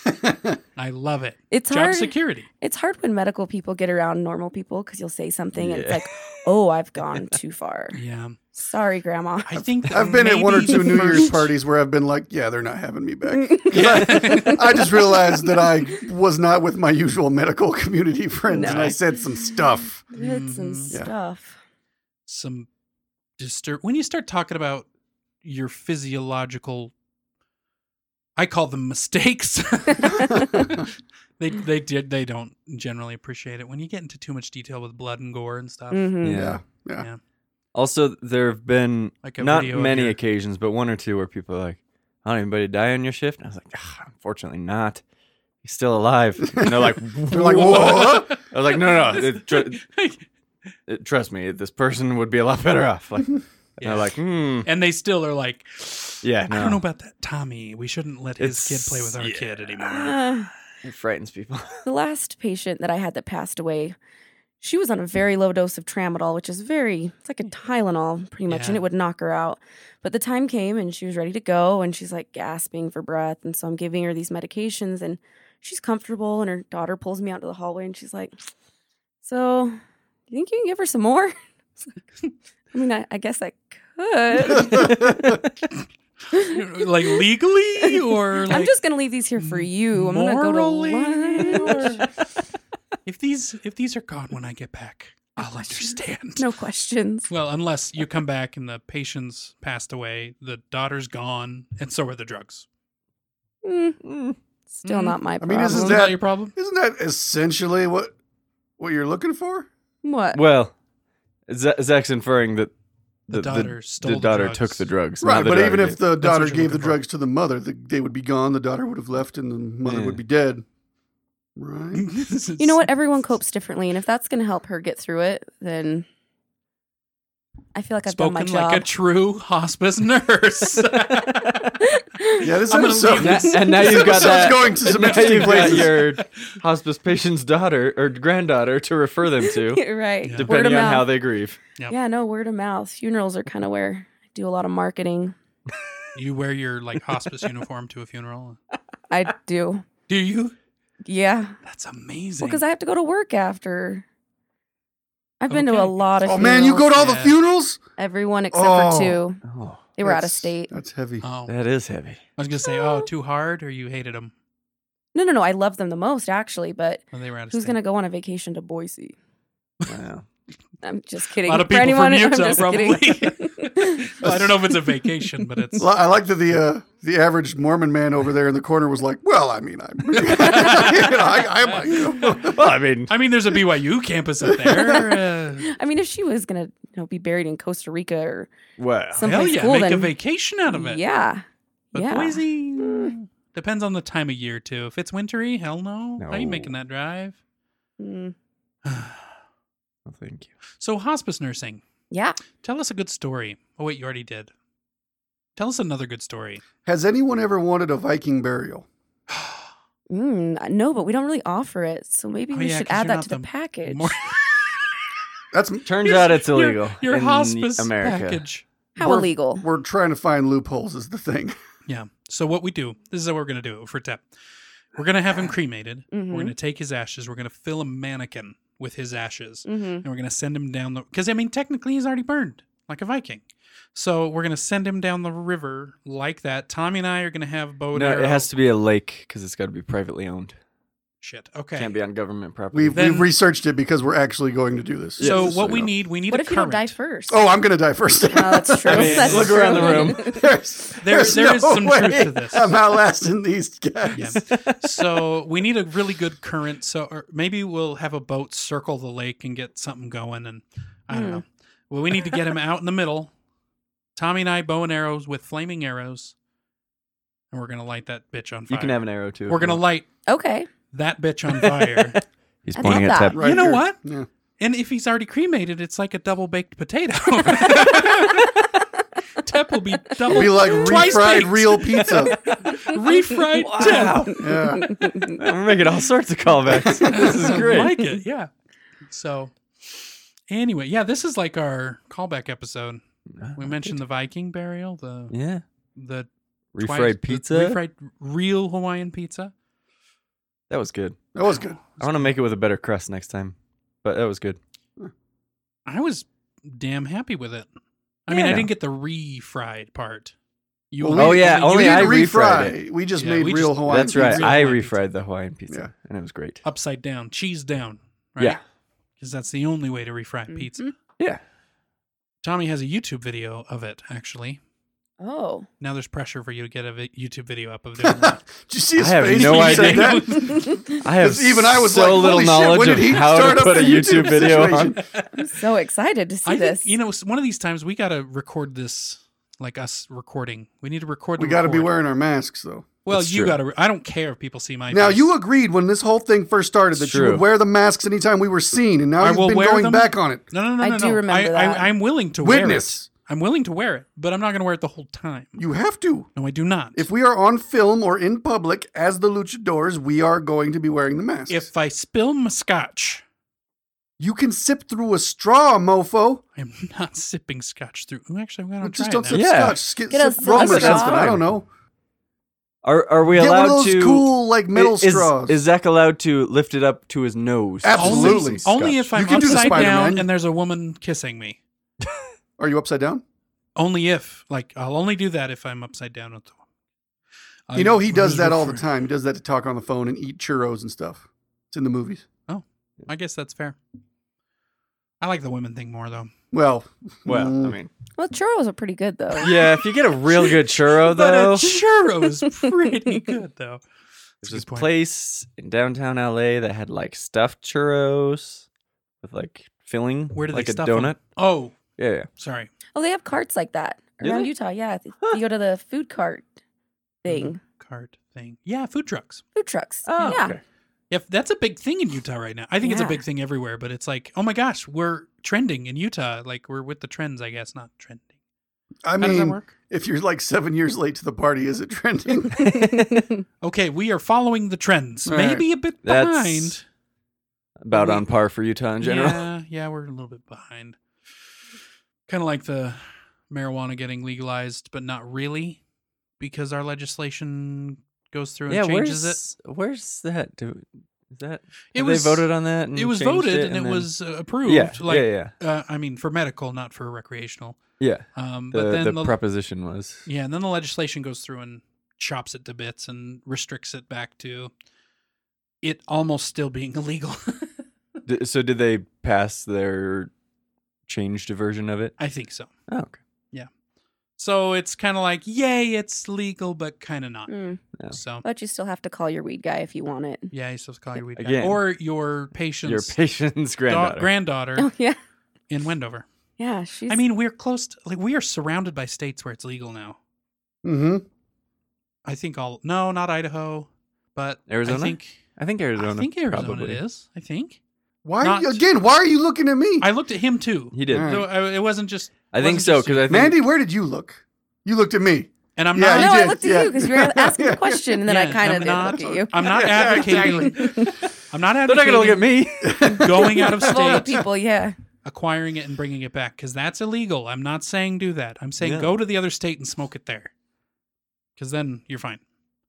Speaker 3: I love it.
Speaker 5: It's
Speaker 3: Job
Speaker 5: hard.
Speaker 3: security.
Speaker 5: It's hard when medical people get around normal people because you'll say something and it's
Speaker 2: Yeah.
Speaker 5: like, "Oh, I've gone too far.
Speaker 3: Yeah,
Speaker 5: Sorry, Grandma."
Speaker 3: I think that
Speaker 4: I've been at one or
Speaker 3: maybe
Speaker 4: two
Speaker 3: the
Speaker 4: New Year's
Speaker 3: first-
Speaker 4: parties where I've been like, yeah, they're not having me back. 'Cause I, I just realized that I was not with my usual medical community friends and I
Speaker 5: No.
Speaker 4: said some stuff.
Speaker 5: Did
Speaker 2: Mm-hmm.
Speaker 5: some
Speaker 3: Mhm.
Speaker 4: Yeah.
Speaker 5: stuff.
Speaker 3: Some disturb when you start talking about your physiological. I call them mistakes. they they did they don't generally appreciate it when you get into too much detail with blood and gore and stuff.
Speaker 5: Mhm.
Speaker 2: yeah.
Speaker 4: Yeah.
Speaker 3: Yeah.
Speaker 2: Also, there have been
Speaker 3: Like a
Speaker 2: not
Speaker 3: video of
Speaker 2: many
Speaker 3: your-
Speaker 2: occasions, but one or two where people are like, "How did anybody die on your shift?" And I was like, "Ah, "Unfortunately, not. He's still alive." And they're like,
Speaker 4: They're like, what?
Speaker 2: "I was like, no, no, no. It, tr-
Speaker 5: Mm-hmm.
Speaker 2: it- trust me, this person would be a lot better off." Like, and
Speaker 3: Yeah.
Speaker 2: they're like, "Hmm,
Speaker 3: and they still are like,
Speaker 2: yeah, no,
Speaker 3: I don't know about that Tommy. We shouldn't let his
Speaker 2: It's-
Speaker 3: kid play with our
Speaker 2: yeah.
Speaker 3: kid anymore.
Speaker 5: Ah.
Speaker 2: it frightens people."
Speaker 5: the last patient that I had that passed away, she was on a very low dose of tramadol, which is very, it's like a Tylenol pretty much,
Speaker 3: Mm.
Speaker 5: and
Speaker 3: Yeah.
Speaker 5: it would knock her out. But the time came and she was ready to go and she's like gasping for breath. And so I'm giving her these medications and she's comfortable. And her daughter pulls me out to the hallway and she's like, So, you think you can give her some more? It's like, I mean, I, I guess I could.
Speaker 3: like legally or like
Speaker 5: I'm just going to leave these here for you. I'm going to go
Speaker 3: morally?
Speaker 5: to lunch.
Speaker 3: if these if these are gone when I get back, I'll understand.
Speaker 5: No questions.
Speaker 3: Well, unless you come back and the patient's passed away, the daughter's gone, and so are the drugs.
Speaker 5: Mm, still
Speaker 3: Mm.
Speaker 5: not my
Speaker 4: I
Speaker 5: problem.
Speaker 4: mean, this is
Speaker 3: Isn't
Speaker 4: that-
Speaker 3: that your problem?
Speaker 4: Isn't that essentially what what you're looking for?
Speaker 5: What?
Speaker 2: Well, Z- Zach's inferring that
Speaker 3: The daughter stole the
Speaker 2: daughter
Speaker 3: drugs.
Speaker 2: took the drugs, not
Speaker 4: Right,
Speaker 2: the
Speaker 4: but
Speaker 2: daughter
Speaker 4: even if
Speaker 2: did.
Speaker 4: the
Speaker 3: That's what
Speaker 4: daughter
Speaker 3: you're
Speaker 4: gave the
Speaker 3: looking for.
Speaker 4: drugs to the mother, the, they would be gone. The daughter would have left, and the mother
Speaker 2: Yeah.
Speaker 4: would be dead. Right?
Speaker 5: You know what? Everyone copes differently, and if that's going to help her get through it, then I feel like I've
Speaker 3: Spoken
Speaker 5: done my job.
Speaker 3: like a true hospice nurse.
Speaker 4: Yeah, this
Speaker 3: I'm gonna
Speaker 4: episode.
Speaker 3: leave that-
Speaker 2: and now
Speaker 4: this
Speaker 2: you've
Speaker 4: episode's
Speaker 2: got that.
Speaker 4: going to some
Speaker 2: now
Speaker 4: interesting
Speaker 2: you've got
Speaker 4: places.
Speaker 2: your hospice patient's daughter or granddaughter to refer them to,
Speaker 5: right.
Speaker 3: Yeah.
Speaker 5: Word of
Speaker 2: depending on
Speaker 5: mouth.
Speaker 2: how they grieve.
Speaker 3: Yep.
Speaker 5: Yeah, no, word of mouth. Funerals are kind of where I do a lot of marketing.
Speaker 3: you wear your like hospice uniform to a funeral.
Speaker 5: I do.
Speaker 3: Do you?
Speaker 5: Yeah.
Speaker 3: That's amazing.
Speaker 5: Well, because I have to go to work after. I've been to a
Speaker 3: Okay.
Speaker 5: lot of
Speaker 4: Oh man, you go
Speaker 5: funerals.
Speaker 4: to all the
Speaker 3: Yeah.
Speaker 4: funerals?
Speaker 5: everyone except
Speaker 4: Oh.
Speaker 5: for two.
Speaker 2: Oh,
Speaker 5: They were out of
Speaker 4: That's-
Speaker 5: state.
Speaker 4: That's heavy.
Speaker 3: oh, I
Speaker 2: that is heavy.
Speaker 3: was gonna say, oh, too hard, or you hated them
Speaker 5: No, no, no. I love them the most actually, but
Speaker 3: when they were out of
Speaker 5: who's
Speaker 3: state.
Speaker 5: gonna go on a vacation to Boise?
Speaker 2: Wow.
Speaker 5: I'm just kidding.
Speaker 3: a lot of
Speaker 5: For
Speaker 3: people
Speaker 5: anyone,
Speaker 3: from
Speaker 5: I'm
Speaker 3: Utah,
Speaker 5: just
Speaker 3: probably.
Speaker 5: kidding.
Speaker 3: well, I don't know if it's a vacation, but it's
Speaker 4: Well, I like that the uh, the average Mormon man over there in the corner was like, "Well, I mean, I'm, you know, I, I'm like, you know."
Speaker 2: Well, I mean,
Speaker 3: I mean, there's a BYU campus up there. Uh,
Speaker 5: I mean, if she was gonna, you know, be buried in Costa Rica or
Speaker 2: well,
Speaker 5: someplace
Speaker 3: hell yeah,
Speaker 5: cool,
Speaker 3: make
Speaker 5: then
Speaker 3: a vacation out of it.
Speaker 5: Yeah,
Speaker 3: but
Speaker 5: yeah.
Speaker 3: Boise mm, depends on the time of year too. If it's wintry, hell no. I ain't
Speaker 2: No.
Speaker 3: making that drive.
Speaker 5: Mm,
Speaker 2: well, thank you.
Speaker 3: So hospice nursing.
Speaker 5: yeah.
Speaker 3: Tell us a good story. Oh wait, you already did. Tell us another good story.
Speaker 4: Has anyone ever wanted a Viking burial?
Speaker 5: Mm, no, but we don't really offer it, so maybe
Speaker 3: Oh,
Speaker 5: we
Speaker 3: yeah,
Speaker 5: should
Speaker 3: 'cause
Speaker 5: add
Speaker 3: you're
Speaker 5: that
Speaker 3: not
Speaker 5: to the,
Speaker 3: the
Speaker 5: package.
Speaker 3: More-
Speaker 4: That's
Speaker 2: Turns
Speaker 3: Your-
Speaker 2: out it's
Speaker 3: your-
Speaker 2: illegal.
Speaker 3: Your,
Speaker 2: in
Speaker 3: hospice
Speaker 2: America.
Speaker 3: package.
Speaker 5: How
Speaker 4: We're-
Speaker 5: illegal?
Speaker 4: we're trying to find loopholes is the thing.
Speaker 3: Yeah. So what we do, this is how we're gonna do it for Tep. We're gonna have him cremated. We're
Speaker 5: Mhm.
Speaker 3: gonna take his ashes. We're gonna fill a mannequin with his ashes,
Speaker 5: Mm-hmm.
Speaker 3: and we're gonna send him down the. Because I mean, technically, he's already burned like a Viking. So we're gonna send him down the river like that. Tommy and I are gonna have bow. and
Speaker 2: No,
Speaker 3: arrow-
Speaker 2: it has to be a lake because it's got to be privately owned.
Speaker 3: Shit. Okay.
Speaker 2: Can't be on government property.
Speaker 4: We've,
Speaker 3: Then-
Speaker 4: we've researched it because we're actually going to do this.
Speaker 3: So
Speaker 4: Just
Speaker 3: what
Speaker 4: you
Speaker 3: we
Speaker 4: know.
Speaker 3: need, we need
Speaker 5: What
Speaker 3: a
Speaker 5: if you don't die
Speaker 3: current.
Speaker 5: first?
Speaker 4: Oh, I'm going to die first.
Speaker 5: No, that's true.
Speaker 2: I mean,
Speaker 5: that's
Speaker 2: look
Speaker 5: true.
Speaker 2: around the room.
Speaker 4: there's
Speaker 3: There-
Speaker 4: there's
Speaker 3: there is
Speaker 4: no
Speaker 3: some
Speaker 4: way
Speaker 3: truth to this.
Speaker 4: I'm outlasting these guys.
Speaker 3: Yeah. so we need a really good current. So or maybe we'll have a boat circle the lake and get something going. And I don't
Speaker 5: Hmm.
Speaker 3: know. Well, we need to get him out in the middle. Tommy and I, bow and arrows with flaming arrows, and we're gonna light that bitch on fire.
Speaker 2: you can have an arrow too. if
Speaker 3: We're
Speaker 2: you
Speaker 3: gonna
Speaker 2: want.
Speaker 3: light
Speaker 5: okay.
Speaker 3: that bitch on fire.
Speaker 2: He's
Speaker 5: I pointing love at that. Tab.
Speaker 4: Right
Speaker 3: you know
Speaker 4: here.
Speaker 3: what?
Speaker 4: Yeah.
Speaker 3: And if he's already cremated, it's like a double baked potato. Tep will be double
Speaker 4: It'd be like
Speaker 3: twice
Speaker 4: refried
Speaker 3: baked.
Speaker 4: real pizza.
Speaker 3: refried Tep.
Speaker 4: Yeah.
Speaker 2: We're making all sorts of callbacks. this is great.
Speaker 3: I like it. Yeah. So, anyway, yeah, this is like our callback episode. We mentioned the Viking burial, the
Speaker 2: yeah,
Speaker 3: the
Speaker 2: refried
Speaker 3: twice- the
Speaker 2: pizza.
Speaker 3: refried real Hawaiian pizza.
Speaker 2: that was good.
Speaker 4: That was good.
Speaker 2: I want to make it with a better crust next time, but that was good.
Speaker 3: I was damn happy with it. I mean, I
Speaker 2: Yeah.
Speaker 3: didn't get the refried part. You
Speaker 4: Well,
Speaker 2: Oh, yeah,
Speaker 3: you
Speaker 2: only
Speaker 4: we
Speaker 2: I
Speaker 4: didn't
Speaker 2: refried
Speaker 4: refry. We just
Speaker 3: Yeah,
Speaker 4: made
Speaker 3: we
Speaker 4: real
Speaker 3: just-
Speaker 4: Hawaiian
Speaker 2: That's right.
Speaker 4: pizza.
Speaker 2: I
Speaker 3: Hawaiian pizza.
Speaker 2: refried the Hawaiian pizza,
Speaker 4: Yeah.
Speaker 2: and it was great.
Speaker 3: upside down, cheese down, Oh, right?
Speaker 2: Yeah.
Speaker 3: Because that's the only way to refry pizza.
Speaker 5: Mhm.
Speaker 2: Yeah.
Speaker 3: Tommy has a YouTube video of it, actually.
Speaker 5: Oh.
Speaker 3: Now there's pressure for you to get a vi- YouTube video up of doing that.
Speaker 4: Did you see his
Speaker 2: I have
Speaker 4: face
Speaker 2: no
Speaker 4: when you said
Speaker 2: idea.
Speaker 4: that?
Speaker 5: I'm
Speaker 2: I have
Speaker 4: 'Cause even I was
Speaker 2: so
Speaker 4: like,
Speaker 2: little
Speaker 4: "Holy shit,
Speaker 2: knowledge
Speaker 4: when
Speaker 2: of
Speaker 4: did he
Speaker 2: how
Speaker 4: start
Speaker 2: to
Speaker 4: up
Speaker 2: put a
Speaker 4: the
Speaker 2: YouTube,
Speaker 4: YouTube
Speaker 2: video
Speaker 4: situation?
Speaker 2: on.
Speaker 5: so excited to see
Speaker 3: I
Speaker 5: this.
Speaker 3: think you know s- one of these times we gotta record this like us recording. We need to record.
Speaker 4: We
Speaker 3: got to
Speaker 4: be wearing our masks, though.
Speaker 3: Well,
Speaker 2: That's
Speaker 3: you
Speaker 2: true.
Speaker 3: gotta. Re- I don't care if people see my.
Speaker 4: Now,
Speaker 3: face.
Speaker 4: you agreed when this whole thing first started that
Speaker 2: It's
Speaker 4: you
Speaker 2: true.
Speaker 4: would wear the masks anytime we were seen, and now
Speaker 3: I
Speaker 4: you've
Speaker 3: will
Speaker 4: been
Speaker 3: wear
Speaker 4: going
Speaker 3: them.
Speaker 4: back on it.
Speaker 3: No, no, no,
Speaker 5: I
Speaker 3: no.
Speaker 5: do
Speaker 3: no.
Speaker 5: remember
Speaker 3: I,
Speaker 5: that.
Speaker 3: I, I'm willing to
Speaker 4: Witness.
Speaker 3: wear it. I'm willing to wear it, but I'm not gonna wear it the whole time.
Speaker 4: You have to.
Speaker 3: No, I do not.
Speaker 4: If we are on film or in public as the luchadors, we are going to be wearing the masks.
Speaker 3: if I spill my scotch,
Speaker 4: you can sip through a straw, mofo,
Speaker 3: I'm not sipping scotch through. Ooh, actually, I'm gonna try
Speaker 4: just
Speaker 3: it
Speaker 4: don't
Speaker 3: now.
Speaker 4: sip
Speaker 2: Yeah.
Speaker 4: scotch. Skip,
Speaker 5: Get a
Speaker 4: sip rum or
Speaker 2: That's- that's
Speaker 4: something. I
Speaker 2: fine.
Speaker 4: don't know.
Speaker 2: Are are we
Speaker 4: Get
Speaker 2: allowed
Speaker 4: one of those
Speaker 2: to
Speaker 4: cool like metal
Speaker 2: is,
Speaker 4: straws.
Speaker 2: Is Zach allowed to lift it up to his nose? to sip
Speaker 4: Absolutely.
Speaker 2: some
Speaker 3: Only if
Speaker 2: scotch?
Speaker 3: I'm
Speaker 4: can do the
Speaker 3: upside down
Speaker 4: Spider-Man.
Speaker 3: and there's a woman kissing me.
Speaker 4: are you upside down?
Speaker 3: Only if, like, I'll only do that if I'm upside down with the woman. I
Speaker 4: you know he
Speaker 3: was
Speaker 4: does that all the
Speaker 3: referring-
Speaker 4: time. He does that to talk on the phone and eat churros and stuff. It's in the movies.
Speaker 3: I guess that's fair. I like the women thing more though.
Speaker 4: Well,
Speaker 2: Well, I
Speaker 4: mm,
Speaker 2: mean,
Speaker 5: well, churros are pretty good though.
Speaker 2: yeah. If you get a real good churro,
Speaker 3: But a
Speaker 2: though,
Speaker 3: churro is pretty good though.
Speaker 2: There's
Speaker 3: a
Speaker 2: this
Speaker 3: good point.
Speaker 2: place in downtown LA that had like stuffed churros with like filling,
Speaker 3: Where do
Speaker 2: like
Speaker 3: they
Speaker 2: a
Speaker 3: stuff 'em?
Speaker 2: donut.
Speaker 3: Oh,
Speaker 2: Yeah, yeah.
Speaker 3: sorry.
Speaker 5: Oh, they have carts like that
Speaker 2: Do
Speaker 5: around
Speaker 2: they?
Speaker 5: Utah. Yeah, Th-
Speaker 2: Huh.
Speaker 5: you go to the food cart thing,
Speaker 2: Mm-hmm.
Speaker 3: Cart thing. Yeah, food trucks.
Speaker 5: food trucks.
Speaker 2: Oh,
Speaker 5: yeah,
Speaker 2: okay.
Speaker 3: If that's a big thing in Utah right now. I think it's a
Speaker 5: Yeah.
Speaker 3: big thing everywhere, but it's like, oh my gosh, we're trending in Utah. Like we're with the trends, I guess, not trending.
Speaker 4: I
Speaker 3: How does that
Speaker 4: mean,
Speaker 3: work?
Speaker 4: if you're like seven years late to the party, is it trending?
Speaker 3: Okay, we are following the trends.
Speaker 4: All right.
Speaker 3: Maybe a bit
Speaker 2: That's
Speaker 3: behind.
Speaker 2: About
Speaker 3: We-
Speaker 2: on par for Utah in general.
Speaker 3: Yeah, yeah, we're a little bit behind. Kind of like the marijuana getting legalized, but not really, because our legislation goes through and changes it.
Speaker 2: Where's that? Do, is that?
Speaker 3: It
Speaker 2: have
Speaker 3: was
Speaker 2: they voted on that. And
Speaker 3: It was
Speaker 2: changed
Speaker 3: voted
Speaker 2: it
Speaker 3: and, it
Speaker 2: then-
Speaker 3: was uh, approved.
Speaker 2: Yeah,
Speaker 3: like,
Speaker 2: yeah, yeah,
Speaker 3: Uh, I mean, for medical, not for recreational.
Speaker 2: yeah.
Speaker 3: Um,
Speaker 2: The,
Speaker 3: but then
Speaker 2: the
Speaker 3: the,
Speaker 2: proposition was.
Speaker 3: yeah, and then the legislation goes through and chops it to bits and restricts it back to it almost still being illegal.
Speaker 2: D- so did they pass their changed version of it?
Speaker 3: I think so.
Speaker 2: Oh, okay.
Speaker 3: So it's kind of like, yay, it's legal, but kind of not.
Speaker 5: Mm,
Speaker 2: Yeah.
Speaker 3: So
Speaker 5: but you still have to call your weed guy if you want it.
Speaker 3: yeah, you still have to call your weed guy.
Speaker 2: Again.
Speaker 3: or your patient's
Speaker 2: Your patient's
Speaker 3: da-
Speaker 2: granddaughter.
Speaker 3: granddaughter
Speaker 5: Oh yeah,
Speaker 3: in Wendover.
Speaker 5: yeah. She's.
Speaker 3: I mean, we're close. To, like we are surrounded by states where it's legal now.
Speaker 4: mm-hmm.
Speaker 3: I think all no, not Idaho, but
Speaker 2: Arizona?
Speaker 3: I think
Speaker 2: I think Arizona.
Speaker 3: I think Arizona
Speaker 2: probably.
Speaker 3: it is. I think
Speaker 4: Why
Speaker 3: Not-
Speaker 4: again? Why are you looking at me,
Speaker 3: I looked at him too.
Speaker 2: He did.
Speaker 4: All right.
Speaker 3: So I- it wasn't just
Speaker 2: I think
Speaker 3: wasn't
Speaker 2: so
Speaker 3: just you.
Speaker 2: because I think
Speaker 4: Mandy? Where did you look? You looked at me.
Speaker 3: and I'm
Speaker 4: Yeah,
Speaker 5: Oh, no,
Speaker 3: not.
Speaker 4: you
Speaker 5: I
Speaker 4: did,
Speaker 5: looked at
Speaker 4: yeah.
Speaker 5: you because you were asking the question, and then I
Speaker 3: yeah,
Speaker 5: kind
Speaker 3: I'm
Speaker 5: of did
Speaker 3: not-
Speaker 5: look at you.
Speaker 3: I'm not
Speaker 4: Yeah,
Speaker 3: advocating.
Speaker 4: exactly.
Speaker 3: I'm not
Speaker 2: they're not
Speaker 3: advocating.
Speaker 2: gonna look at me.
Speaker 3: going out of
Speaker 5: Of all the
Speaker 3: state,
Speaker 5: people, yeah.
Speaker 3: acquiring it and bringing it back because that's illegal. I'm not saying do that. I'm saying
Speaker 2: Yeah.
Speaker 3: go to the other state and smoke it there because then you're fine.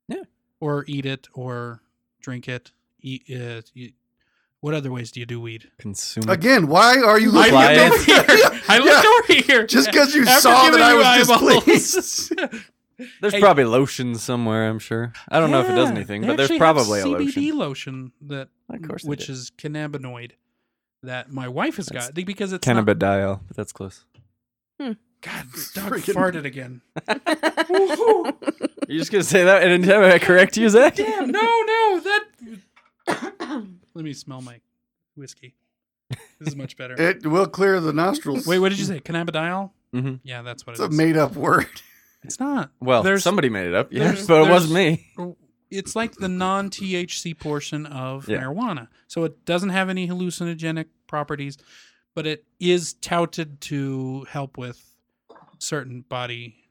Speaker 2: Yeah.
Speaker 3: Or eat it or drink it. Eat, uh, you- what other ways do you do weed? Hmm.
Speaker 2: Consumer.
Speaker 4: Again, why are you looking
Speaker 2: looked
Speaker 4: at
Speaker 2: Compliance.
Speaker 4: me?
Speaker 3: looked over here. I looked over here.
Speaker 4: Just because you
Speaker 3: After
Speaker 4: saw that
Speaker 3: giving
Speaker 4: I
Speaker 3: you
Speaker 4: was
Speaker 3: eyeballs.
Speaker 4: displeased.
Speaker 2: There's
Speaker 3: Hey.
Speaker 2: probably lotion somewhere. I'm sure. I don't know if it does
Speaker 3: Yeah,
Speaker 2: anything,
Speaker 3: they
Speaker 2: but there's
Speaker 3: actually have
Speaker 2: probably a
Speaker 3: CBD
Speaker 2: lotion.
Speaker 3: lotion that,
Speaker 2: Of course they
Speaker 3: which
Speaker 2: do.
Speaker 3: is cannabinoid that my wife has
Speaker 2: That's
Speaker 3: got because it's not-
Speaker 2: Cannabidiol. but That's close.
Speaker 3: God, Doug
Speaker 4: Freaking-
Speaker 3: farted again.
Speaker 2: You're just gonna say that and time I correct you, Zach?
Speaker 3: Damn, no, no, that. Let me smell my whiskey. This is much better.
Speaker 4: It will clear the nostrils.
Speaker 3: Wait, what did you say? Cannabidiol?
Speaker 2: hmm
Speaker 3: Yeah, that's what
Speaker 4: It's
Speaker 3: it
Speaker 4: a
Speaker 3: is.
Speaker 4: made up word.
Speaker 3: it's not.
Speaker 2: Well,
Speaker 3: There's-
Speaker 2: somebody made it up, yeah,
Speaker 3: there's-
Speaker 2: but it wasn't
Speaker 3: there's-
Speaker 2: me.
Speaker 3: It's like the non THC portion of
Speaker 2: Yeah.
Speaker 3: marijuana. So it doesn't have any hallucinogenic properties, but it is touted to help with certain body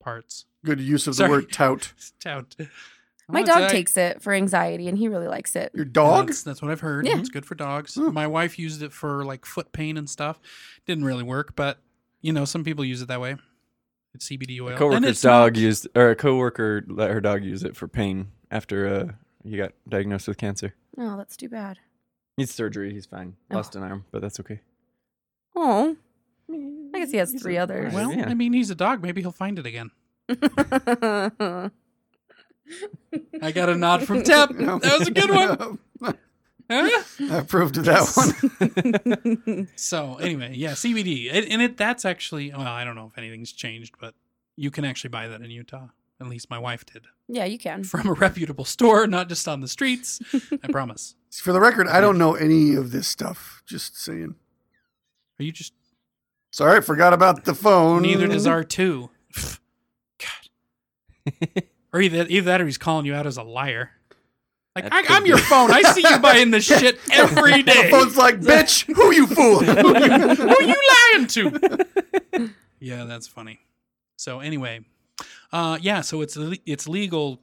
Speaker 3: parts.
Speaker 4: Good use of
Speaker 3: Sorry.
Speaker 4: the word tout.
Speaker 3: Tout.
Speaker 5: My
Speaker 3: Oh,
Speaker 5: dog
Speaker 3: Zach.
Speaker 5: takes it for anxiety, and he really likes it.
Speaker 4: Your dog?
Speaker 3: That's, that's what I've heard.
Speaker 5: Yeah.
Speaker 3: It's good for dogs.
Speaker 4: Hmm.
Speaker 3: My wife used it for like foot pain and stuff. Didn't really work, but you know, some people use it that way. It's CBD oil.
Speaker 2: A
Speaker 3: And
Speaker 2: coworker's
Speaker 3: it's not-
Speaker 2: dog used, or a coworker let her dog use it for pain after uh, he got diagnosed with cancer.
Speaker 5: Oh, that's too bad.
Speaker 2: Needs surgery. He's fine.
Speaker 5: Oh.
Speaker 2: Lost an arm, but that's okay.
Speaker 5: Oh, I guess he has three others.
Speaker 3: Well,
Speaker 2: Yeah.
Speaker 3: I mean, he's a dog. Maybe he'll find it again. I got a nod from Tep. That was a good one. Huh?
Speaker 4: I approved of that one.
Speaker 3: So anyway, yeah, CBD, and, and it that's actually well, I don't know if anything's changed, but you can actually buy that in Utah. At least my wife did
Speaker 5: yeah, you can.
Speaker 3: from a reputable store, not just on the streets. I promise.
Speaker 4: For the record, I don't know any of this stuff. Just saying.
Speaker 3: Are you just
Speaker 4: Sorry, I forgot about the phone.
Speaker 3: Neither does
Speaker 2: Mm-hmm.
Speaker 3: R two. God. or either either that, or he's calling you out as a liar. Like
Speaker 2: That
Speaker 3: I,
Speaker 2: could
Speaker 3: I'm your
Speaker 2: be.
Speaker 3: phone. I see you buying this shit every
Speaker 4: The
Speaker 3: day.
Speaker 4: phone's like, bitch, who you fooling?
Speaker 3: Who are you lying to? yeah, that's funny. So anyway, uh, yeah. So it's le- it's legal,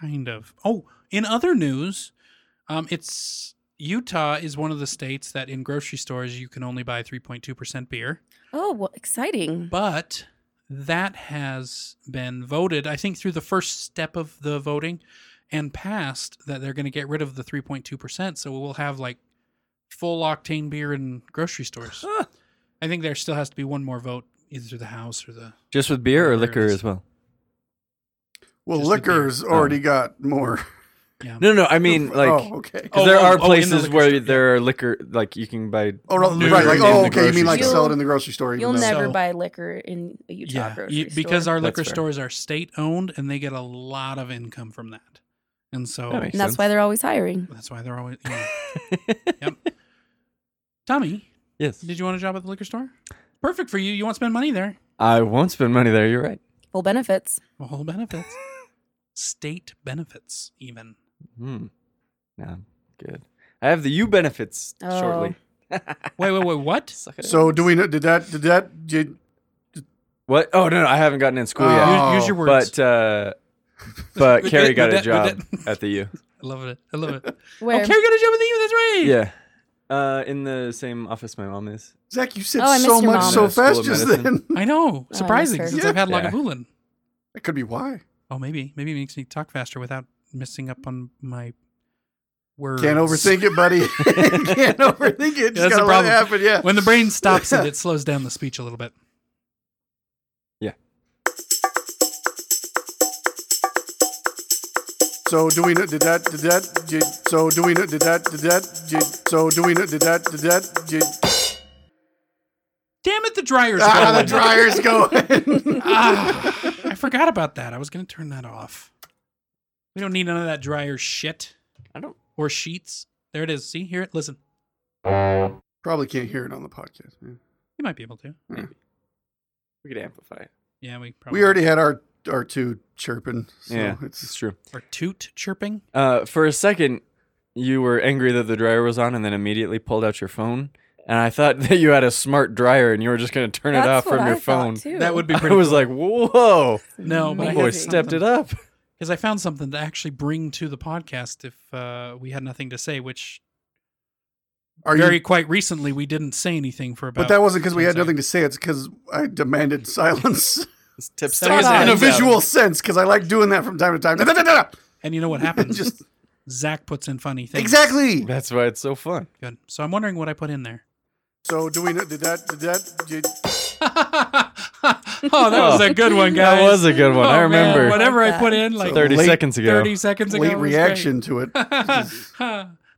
Speaker 3: kind of. Oh, in other news, um, it's Utah is one of the states that in grocery stores you can only buy 3.2 percent beer.
Speaker 5: Oh, well, exciting.
Speaker 3: but that has been voted i think through the first step of the voting and passed that they're going to get rid of the 3.2% so we'll have like full octane beer in grocery stores i think there still has to be one more vote either through the house or the
Speaker 2: Just with beer or
Speaker 3: There it
Speaker 2: liquor
Speaker 3: is.
Speaker 2: as well?
Speaker 4: well,
Speaker 3: Just the beer.
Speaker 4: liquor's already got more.
Speaker 3: yeah
Speaker 2: No, no. I mean, like,
Speaker 4: oh, okay.
Speaker 2: 'cause
Speaker 3: Oh,
Speaker 2: there
Speaker 3: oh, oh,
Speaker 2: are
Speaker 3: in the
Speaker 2: places
Speaker 3: liquor
Speaker 2: where
Speaker 3: store, yeah.
Speaker 2: there are liquor, like you can buy.
Speaker 4: Oh, no,
Speaker 3: No,
Speaker 4: right. Like,
Speaker 3: in
Speaker 4: oh,
Speaker 2: the
Speaker 4: okay. You mean
Speaker 2: grocery
Speaker 4: like
Speaker 5: store.
Speaker 4: sell it in the grocery store? even
Speaker 5: You'll
Speaker 4: though-
Speaker 5: never
Speaker 3: So-
Speaker 5: buy liquor in a Utah
Speaker 3: yeah
Speaker 5: grocery
Speaker 3: you-
Speaker 5: store.
Speaker 3: because our
Speaker 2: That's
Speaker 3: liquor
Speaker 2: fair.
Speaker 3: stores are state owned and they get a lot of income from that and so
Speaker 2: That makes
Speaker 5: and that's why they're always hiring.
Speaker 3: that's why they're always yeah. yep tommy
Speaker 2: yes,
Speaker 3: did you want a job at the liquor store perfect for you you won't spend money there
Speaker 2: I won't spend money there. You're right.
Speaker 5: Full benefits.
Speaker 3: Well, benefits. State benefits, even.
Speaker 2: Hmm. No, I'm good. I have the you benefits
Speaker 3: Oh.
Speaker 2: shortly.
Speaker 3: Wait, wait, wait. What?
Speaker 2: Suck it
Speaker 4: So
Speaker 2: up.
Speaker 4: do we know? Did that? Did that? Did
Speaker 2: what? Oh no, no, I haven't gotten in school
Speaker 4: Oh.
Speaker 2: yet.
Speaker 3: Use, use your words.
Speaker 2: But uh, but
Speaker 3: With
Speaker 2: Carrie
Speaker 3: that-
Speaker 2: got a
Speaker 3: with that-
Speaker 2: job
Speaker 3: with
Speaker 2: at the U.
Speaker 3: I love it. I love it.
Speaker 5: Where?
Speaker 3: Oh, Carrie got a job at the U. That's right.
Speaker 2: Yeah, uh, in the same office my mom is.
Speaker 4: Zach? You said
Speaker 5: Oh, I missed
Speaker 4: so
Speaker 5: your
Speaker 4: much
Speaker 5: mom.
Speaker 4: so
Speaker 2: Yeah, School
Speaker 4: fast
Speaker 2: of
Speaker 4: just
Speaker 2: Medicine.
Speaker 4: then.
Speaker 3: I know.
Speaker 5: that's
Speaker 3: Surprising
Speaker 5: her.
Speaker 3: since I've had
Speaker 2: Yeah.
Speaker 3: Lagavulin.
Speaker 4: that could be why.
Speaker 3: Oh, maybe. Maybe it makes me talk faster without missing up on my words.
Speaker 4: Can't overthink it, buddy. Can't overthink it. Just
Speaker 3: that's the
Speaker 4: gotta let it
Speaker 3: problem.
Speaker 4: happen. Yeah.
Speaker 3: When the brain stops it, it slows down the speech a little bit.
Speaker 4: So do we know? Did that? Did that? Did so? Do we know? Did that? Did that? Did so? Do we know? Did that? Did that? Did
Speaker 3: Damn it, the dryer's
Speaker 4: ah?
Speaker 3: going.
Speaker 4: The dryer's going.
Speaker 3: Ah, I forgot about that. I was going to turn that off. We don't need none of that dryer shit.
Speaker 2: I don't.
Speaker 3: Or sheets. There it is. See? Hear it? Listen.
Speaker 4: Probably can't hear it on the podcast. man.
Speaker 3: You might be able to.
Speaker 2: We could amplify it.
Speaker 3: Yeah, we probably.
Speaker 4: We already had our our two chirping. So
Speaker 2: yeah, it's
Speaker 4: It's
Speaker 2: true.
Speaker 3: Or toot chirping.
Speaker 2: Uh, for a second, you were angry that the dryer was on, and then immediately pulled out your phone. And I thought that you had a smart dryer, and you were just going to turn it off from your phone.
Speaker 3: That would be
Speaker 2: I
Speaker 3: pretty. Oh
Speaker 2: was like, "Whoa,
Speaker 3: no, but I
Speaker 5: Amazing.
Speaker 2: boy, stepped it up."
Speaker 3: Because I found something to actually bring to the podcast if uh, we had nothing to say, which
Speaker 4: are
Speaker 3: very
Speaker 4: you?
Speaker 3: quite recently we didn't say anything for about.
Speaker 4: But that wasn't because we
Speaker 3: ten
Speaker 4: had nothing to say. It's because I demanded silence
Speaker 2: It's tips
Speaker 3: Start
Speaker 2: to-
Speaker 3: on.
Speaker 4: in a visual sense. Because I like doing that from time to time. Da, da, da, da, da.
Speaker 3: And you know what happens?
Speaker 4: Just
Speaker 3: Zach puts in funny things.
Speaker 4: exactly.
Speaker 2: That's why it's so fun.
Speaker 3: Good. So I'm wondering what I put in there.
Speaker 4: So do we know? Did that? Did that? Did,
Speaker 3: oh, that was a good one, guys.
Speaker 2: That was a good one.
Speaker 3: Oh,
Speaker 2: I
Speaker 3: man,
Speaker 2: remember
Speaker 3: whatever I
Speaker 5: Like
Speaker 3: put
Speaker 5: that.
Speaker 3: in, like
Speaker 4: So-
Speaker 2: 30
Speaker 4: Late
Speaker 2: seconds ago.
Speaker 3: 30 seconds ago.
Speaker 4: late
Speaker 3: was great.
Speaker 4: reaction to it.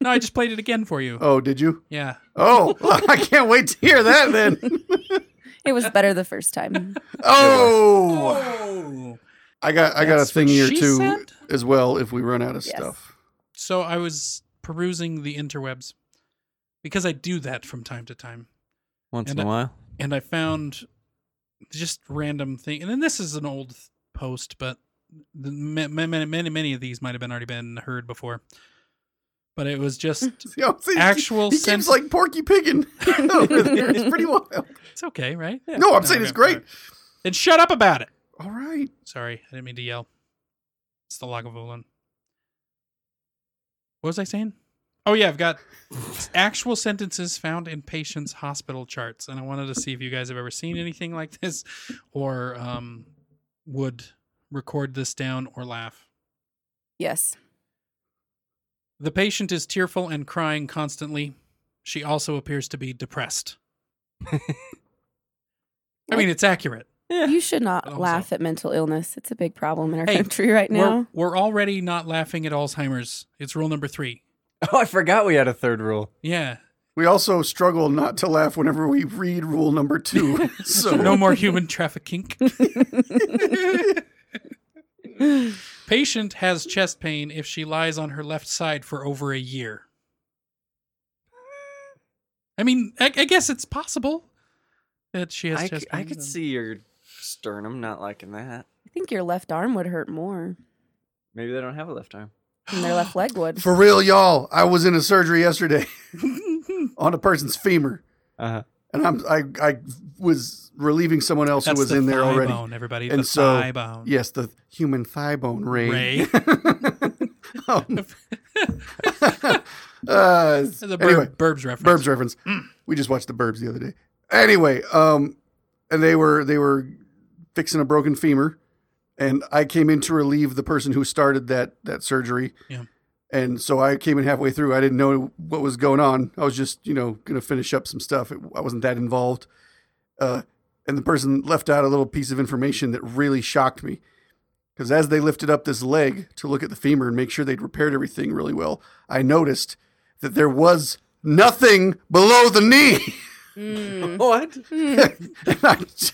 Speaker 3: no, I just played it again for you.
Speaker 4: Oh, did you?
Speaker 3: Yeah.
Speaker 4: Oh, I can't wait to hear that then.
Speaker 5: It was better the first time.
Speaker 4: Oh,
Speaker 3: Oh.
Speaker 4: I got I got a
Speaker 3: That's
Speaker 4: thing
Speaker 3: what
Speaker 4: here
Speaker 3: she
Speaker 4: too
Speaker 3: said?
Speaker 4: as well. If we run out of
Speaker 5: Yes.
Speaker 4: stuff,
Speaker 3: So I was perusing the interwebs because I do that from time to time.
Speaker 2: Once
Speaker 3: And
Speaker 2: in a
Speaker 3: I-
Speaker 2: while,
Speaker 3: and I found just random thing. And then this is an old th- post, but the, ma- ma- many, many, many of these might have been already been heard before. But it was just
Speaker 4: See, I'm saying,
Speaker 3: actual
Speaker 4: He, he
Speaker 3: sense.
Speaker 4: keeps like Porky Piggin over there. It's pretty wild.
Speaker 3: it's okay, right?
Speaker 4: No, I'm saying it's
Speaker 3: okay,
Speaker 4: great.
Speaker 3: alright. Then shut up about it.
Speaker 4: All right,
Speaker 3: Sorry, I didn't mean to yell. It's the Lagavulin. What was I saying? Oh yeah, I've got actual sentences found in patients' hospital charts, and I wanted to see if you guys have ever seen anything like this, or um, would record this down or laugh.
Speaker 5: Yes.
Speaker 3: The patient is tearful and crying constantly. She also appears to be depressed. I mean, it's accurate.
Speaker 5: You should
Speaker 3: I
Speaker 5: not
Speaker 3: don't
Speaker 5: laugh at mental illness. It's a big problem in our
Speaker 3: Hey,
Speaker 5: country right now.
Speaker 3: We're, we're already not laughing at Alzheimer's. It's rule number three.
Speaker 2: oh, I forgot we had a third rule.
Speaker 3: Yeah,
Speaker 4: we also struggle not to laugh whenever we read rule number two. so
Speaker 3: no more human trafficking. Patient has chest pain if she lies on her left side for over a year. I mean, I, I guess it's possible that she has
Speaker 2: I,
Speaker 3: chest
Speaker 2: c-
Speaker 3: pain.
Speaker 2: I could
Speaker 3: and-
Speaker 2: see your sternum not liking that.
Speaker 5: I think your left arm would hurt more
Speaker 2: Maybe they don't have a left arm.
Speaker 5: than their left leg would.
Speaker 4: for real, y'all, I was in a surgery yesterday on a person's femur,
Speaker 2: Uh huh.
Speaker 4: and I'm I I was relieving someone else
Speaker 3: That's
Speaker 4: who was
Speaker 3: the
Speaker 4: in there
Speaker 3: thigh
Speaker 4: already.
Speaker 3: Bone, everybody,
Speaker 4: And
Speaker 3: the
Speaker 4: so-
Speaker 3: thigh bone.
Speaker 4: Yes, the human thigh bone ray.
Speaker 3: Ray.
Speaker 4: Um, uh,
Speaker 3: That's a burb,
Speaker 4: anyway,
Speaker 3: Burbs reference. Mm.
Speaker 4: Burbs reference. We just watched the Burbs the other day. Anyway, um, and they were they were fixing a broken femur, and I came in to relieve the person who started that that surgery.
Speaker 3: Yeah.
Speaker 4: And so I came in halfway through. I didn't know what was going on. I was just you know going to finish up some stuff. It, I wasn't that involved. Uh, and the person left out a little piece of information that really shocked me. Because as they lifted up this leg to look at the femur and make sure they'd repaired everything really well, I noticed that there was nothing below the knee.
Speaker 2: What?
Speaker 4: and I t-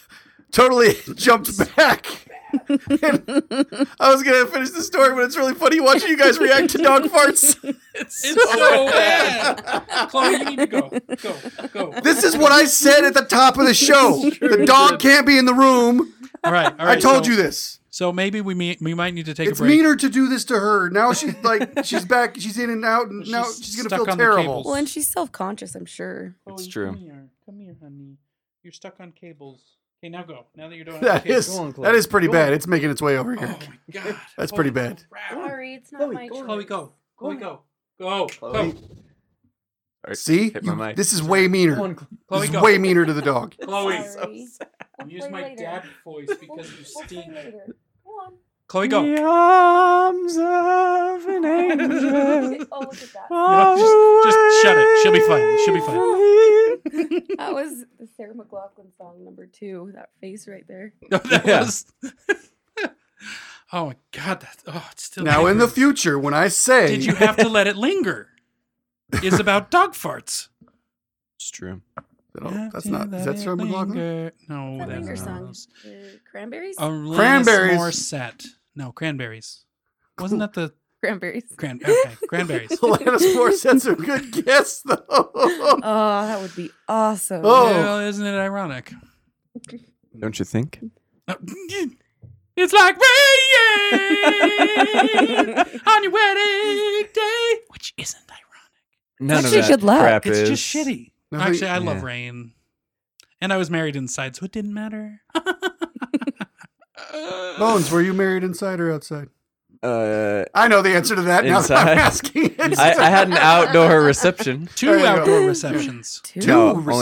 Speaker 4: totally jumped back. And I was going to finish the story, but it's really funny watching you guys react to dog farts.
Speaker 3: It's so bad. Chloe, you need to go. Go, go.
Speaker 4: This is what I said at the top of the show. The dog can't be in the room.
Speaker 3: All right, all
Speaker 4: I
Speaker 3: right.
Speaker 4: told
Speaker 3: so-
Speaker 4: you this.
Speaker 3: So maybe we may, we might need to take
Speaker 4: it's
Speaker 3: a break.
Speaker 4: meaner to do this to her. Now she's like she's back. She's in and out, and now
Speaker 3: She's
Speaker 4: she's gonna
Speaker 3: stuck
Speaker 4: feel
Speaker 3: on the
Speaker 4: terrible.
Speaker 3: cables.
Speaker 5: Well, and she's self conscious, I'm sure.
Speaker 2: It's
Speaker 3: Chloe,
Speaker 2: true.
Speaker 3: Oh, Come here, come here, honey. You're stuck on cables. Okay, now go. Now that you're doing
Speaker 4: That is
Speaker 3: cables.
Speaker 6: on, Chloe.
Speaker 4: that is pretty
Speaker 6: Go
Speaker 4: bad.
Speaker 6: on.
Speaker 4: It's making its way over
Speaker 3: Oh
Speaker 4: here.
Speaker 3: my god.
Speaker 4: That's pretty bad.
Speaker 3: crap.
Speaker 5: Sorry, it's
Speaker 6: not Chloe, my go on.
Speaker 3: Chloe, go. Chloe, go. Go.
Speaker 6: Chloe.
Speaker 3: Go.
Speaker 2: Alright,
Speaker 4: See,
Speaker 2: hit
Speaker 4: You-
Speaker 2: my mic.
Speaker 4: this is way meaner.
Speaker 6: Come on, Chloe.
Speaker 3: Chloe,
Speaker 4: this is
Speaker 3: go.
Speaker 4: way meaner to the dog.
Speaker 3: Chloe.
Speaker 5: We'll
Speaker 3: Use
Speaker 5: play
Speaker 3: my
Speaker 5: later.
Speaker 3: dad voice because you stink.
Speaker 5: Go on.
Speaker 3: Chloe, go.
Speaker 2: The arms of an angel.
Speaker 5: Oh, look at that.
Speaker 2: are
Speaker 3: just- just shut it. She'll be fine. She'll be
Speaker 2: fine.
Speaker 5: That was the Sarah McLaughlin song number two. That face right there.
Speaker 3: No, that
Speaker 2: Yeah.
Speaker 3: was. oh my god! That oh, it's still
Speaker 4: Now in the
Speaker 3: lingers.
Speaker 4: future, when I say
Speaker 3: Did you have to let it linger? Is about dog farts.
Speaker 2: It's true.
Speaker 4: No, that's not is that Sarah
Speaker 3: Let it
Speaker 4: McLaughlin?
Speaker 3: linger. No,
Speaker 5: That
Speaker 3: that's
Speaker 5: linger
Speaker 3: not
Speaker 5: song.
Speaker 3: else.
Speaker 5: Uh, cranberries?
Speaker 3: Alanis
Speaker 4: Cranberries.
Speaker 3: Morissette. No, cranberries. Wasn't that the
Speaker 5: Cranberries.
Speaker 3: cran? Okay, cranberries.
Speaker 2: Oh.
Speaker 4: Alanis Morissette's a good guess though.
Speaker 5: Oh, that would be awesome.
Speaker 4: Oh.
Speaker 3: Well, isn't it ironic?
Speaker 2: Don't you think?
Speaker 3: Uh, It's like rain on your wedding day, which isn't ironic.
Speaker 2: None
Speaker 5: actually good luck.
Speaker 3: It's just shitty.
Speaker 4: Nothing-
Speaker 3: Actually, I love
Speaker 2: yeah.
Speaker 3: rain, and I was married inside, so it didn't matter.
Speaker 4: Bones, were you married inside or outside?
Speaker 2: Uh,
Speaker 4: I know the answer to that. Now that
Speaker 2: Inside.
Speaker 4: I'm asking.
Speaker 2: I, I had an outdoor reception.
Speaker 4: There
Speaker 3: Two
Speaker 4: you go.
Speaker 3: outdoor receptions.
Speaker 5: Two.
Speaker 4: Two
Speaker 2: No,
Speaker 4: receptions.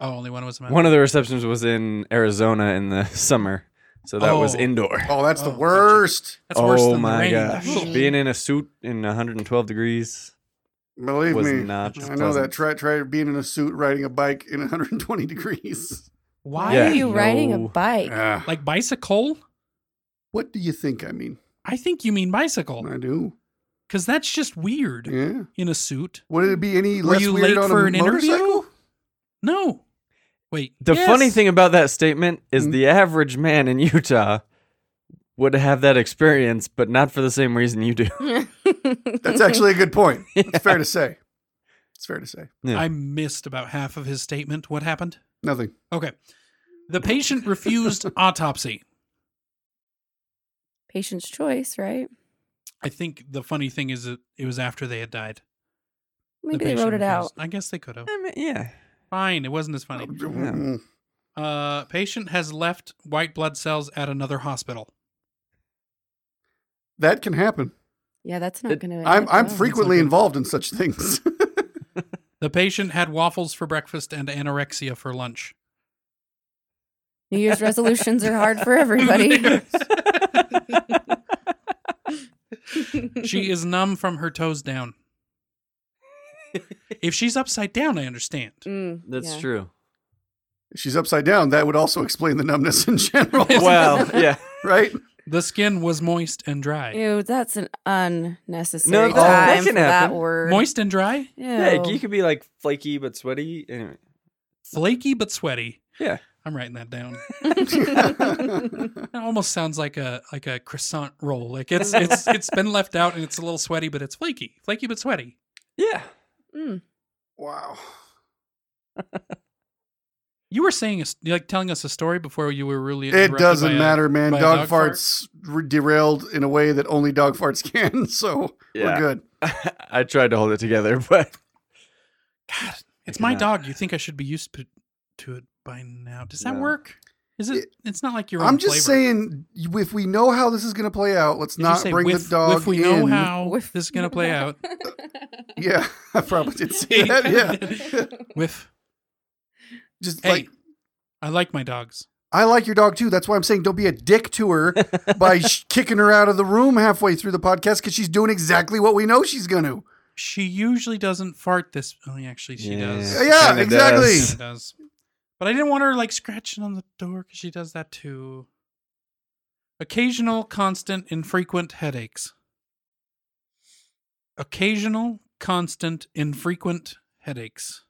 Speaker 2: only one.
Speaker 3: Oh, only one was a man.
Speaker 2: One of the receptions was in Arizona in the summer, so that was
Speaker 3: Oh.
Speaker 2: indoor.
Speaker 4: Oh, that's
Speaker 3: Oh,
Speaker 4: the
Speaker 3: gotcha.
Speaker 4: worst.
Speaker 3: That's worse
Speaker 2: oh
Speaker 3: than the
Speaker 2: my
Speaker 3: rain.
Speaker 2: gosh!
Speaker 3: Ugh.
Speaker 2: Being in a suit in 112 degrees
Speaker 4: Believe
Speaker 2: was
Speaker 4: me.
Speaker 2: not.
Speaker 4: I know
Speaker 2: pleasant.
Speaker 4: that. Try try being in a suit riding a bike in 120 degrees.
Speaker 3: Why?
Speaker 5: Why
Speaker 2: Yeah.
Speaker 5: are you riding a
Speaker 2: No.
Speaker 5: bike?
Speaker 4: Ah.
Speaker 3: Like bicycle?
Speaker 4: what do you think I mean?
Speaker 3: I think you mean bicycle
Speaker 4: I do.
Speaker 3: because that's just weird
Speaker 4: Yeah.
Speaker 3: in a suit.
Speaker 4: Would it be any
Speaker 3: Were
Speaker 4: less
Speaker 3: you
Speaker 4: weird
Speaker 3: late
Speaker 4: on
Speaker 3: for
Speaker 4: a
Speaker 3: an interview?
Speaker 4: motorcycle?
Speaker 3: No. Wait.
Speaker 2: The
Speaker 3: yes.
Speaker 2: funny thing about that statement is
Speaker 4: Mm.
Speaker 2: the average man in Utah would have that experience, but not for the same reason you do.
Speaker 4: That's actually a good point. It's fair to say. It's fair to say.
Speaker 2: Yeah.
Speaker 3: I missed about half of his statement. What happened?
Speaker 4: Nothing.
Speaker 3: Okay. The patient refused autopsy.
Speaker 5: patient's choice, right?
Speaker 3: I think the funny thing is that it was after they had died. The
Speaker 5: Maybe they
Speaker 3: patient
Speaker 5: wrote it out.
Speaker 3: refused. I guess they could have.
Speaker 2: I mean, yeah.
Speaker 3: Fine. It wasn't as funny.
Speaker 4: Mm.
Speaker 3: Uh, patient has left white blood cells at another hospital.
Speaker 4: That can happen.
Speaker 5: Yeah, that's not
Speaker 2: It-
Speaker 5: going to.
Speaker 4: I'm I'm frequently involved in such things.
Speaker 3: The patient had waffles for breakfast and anorexia for lunch.
Speaker 5: New Year's resolutions are hard for everybody.
Speaker 3: she is numb from her toes down. If she's upside down, I understand.
Speaker 5: Mm,
Speaker 2: That's
Speaker 5: yeah.
Speaker 2: true.
Speaker 4: if she's upside down, that would also explain the numbness in general.
Speaker 2: Well, yeah.
Speaker 4: right?
Speaker 3: The skin was moist and dry.
Speaker 5: Ew, that's an unnecessary
Speaker 2: No,
Speaker 5: no,
Speaker 2: that-
Speaker 4: that
Speaker 5: time
Speaker 2: can
Speaker 5: for that
Speaker 2: happen.
Speaker 5: word.
Speaker 3: Moist and dry?
Speaker 5: Ew.
Speaker 2: yeah. You could be like flaky but sweaty. Anyway.
Speaker 3: Flaky but sweaty.
Speaker 2: Yeah.
Speaker 3: I'm writing that down. It almost sounds like a like a croissant roll. Like it's it's it's been left out and it's a little sweaty, but it's flaky. Flaky but sweaty.
Speaker 2: Yeah.
Speaker 5: Mm.
Speaker 4: wow.
Speaker 3: You were saying a s like telling us a story before you were really
Speaker 4: It
Speaker 3: interrupted by
Speaker 4: doesn't
Speaker 3: a-
Speaker 4: matter, man.
Speaker 3: by a
Speaker 4: Dog,
Speaker 3: dog fart?
Speaker 4: farts re- derailed in a way that only dog farts can. So we're good.
Speaker 2: I tried to hold it together, but
Speaker 3: God, it's
Speaker 2: I
Speaker 3: my
Speaker 2: cannot.
Speaker 3: dog. You think I should be used p- to it by now? Does that
Speaker 2: No.
Speaker 3: work? Is it? It's not like your own.
Speaker 4: I'm just
Speaker 3: flavor.
Speaker 4: saying, if we know how this is going to play out, let's
Speaker 3: Did you
Speaker 4: not
Speaker 3: say
Speaker 4: bring
Speaker 3: whiff-
Speaker 4: the dog
Speaker 3: If we know
Speaker 4: in.
Speaker 3: how
Speaker 5: Whiff.
Speaker 3: this is gonna play out,
Speaker 4: Yeah, I probably did say that. Yeah,
Speaker 3: whiff.
Speaker 4: just
Speaker 3: Hey,
Speaker 4: like
Speaker 3: I like my dogs.
Speaker 4: I like your dog too. That's why I'm saying don't be a dick to her by sh- kicking her out of the room halfway through the podcast because she's doing exactly what we know she's going to.
Speaker 3: She usually doesn't fart this. Oh, actually, she does.
Speaker 4: Yeah, yeah,
Speaker 2: Kinda
Speaker 4: exactly.
Speaker 3: She
Speaker 2: does.
Speaker 3: does. But I didn't want her like scratching on the door because she does that too. Occasional, constant, infrequent headaches. Occasional, constant, infrequent headaches.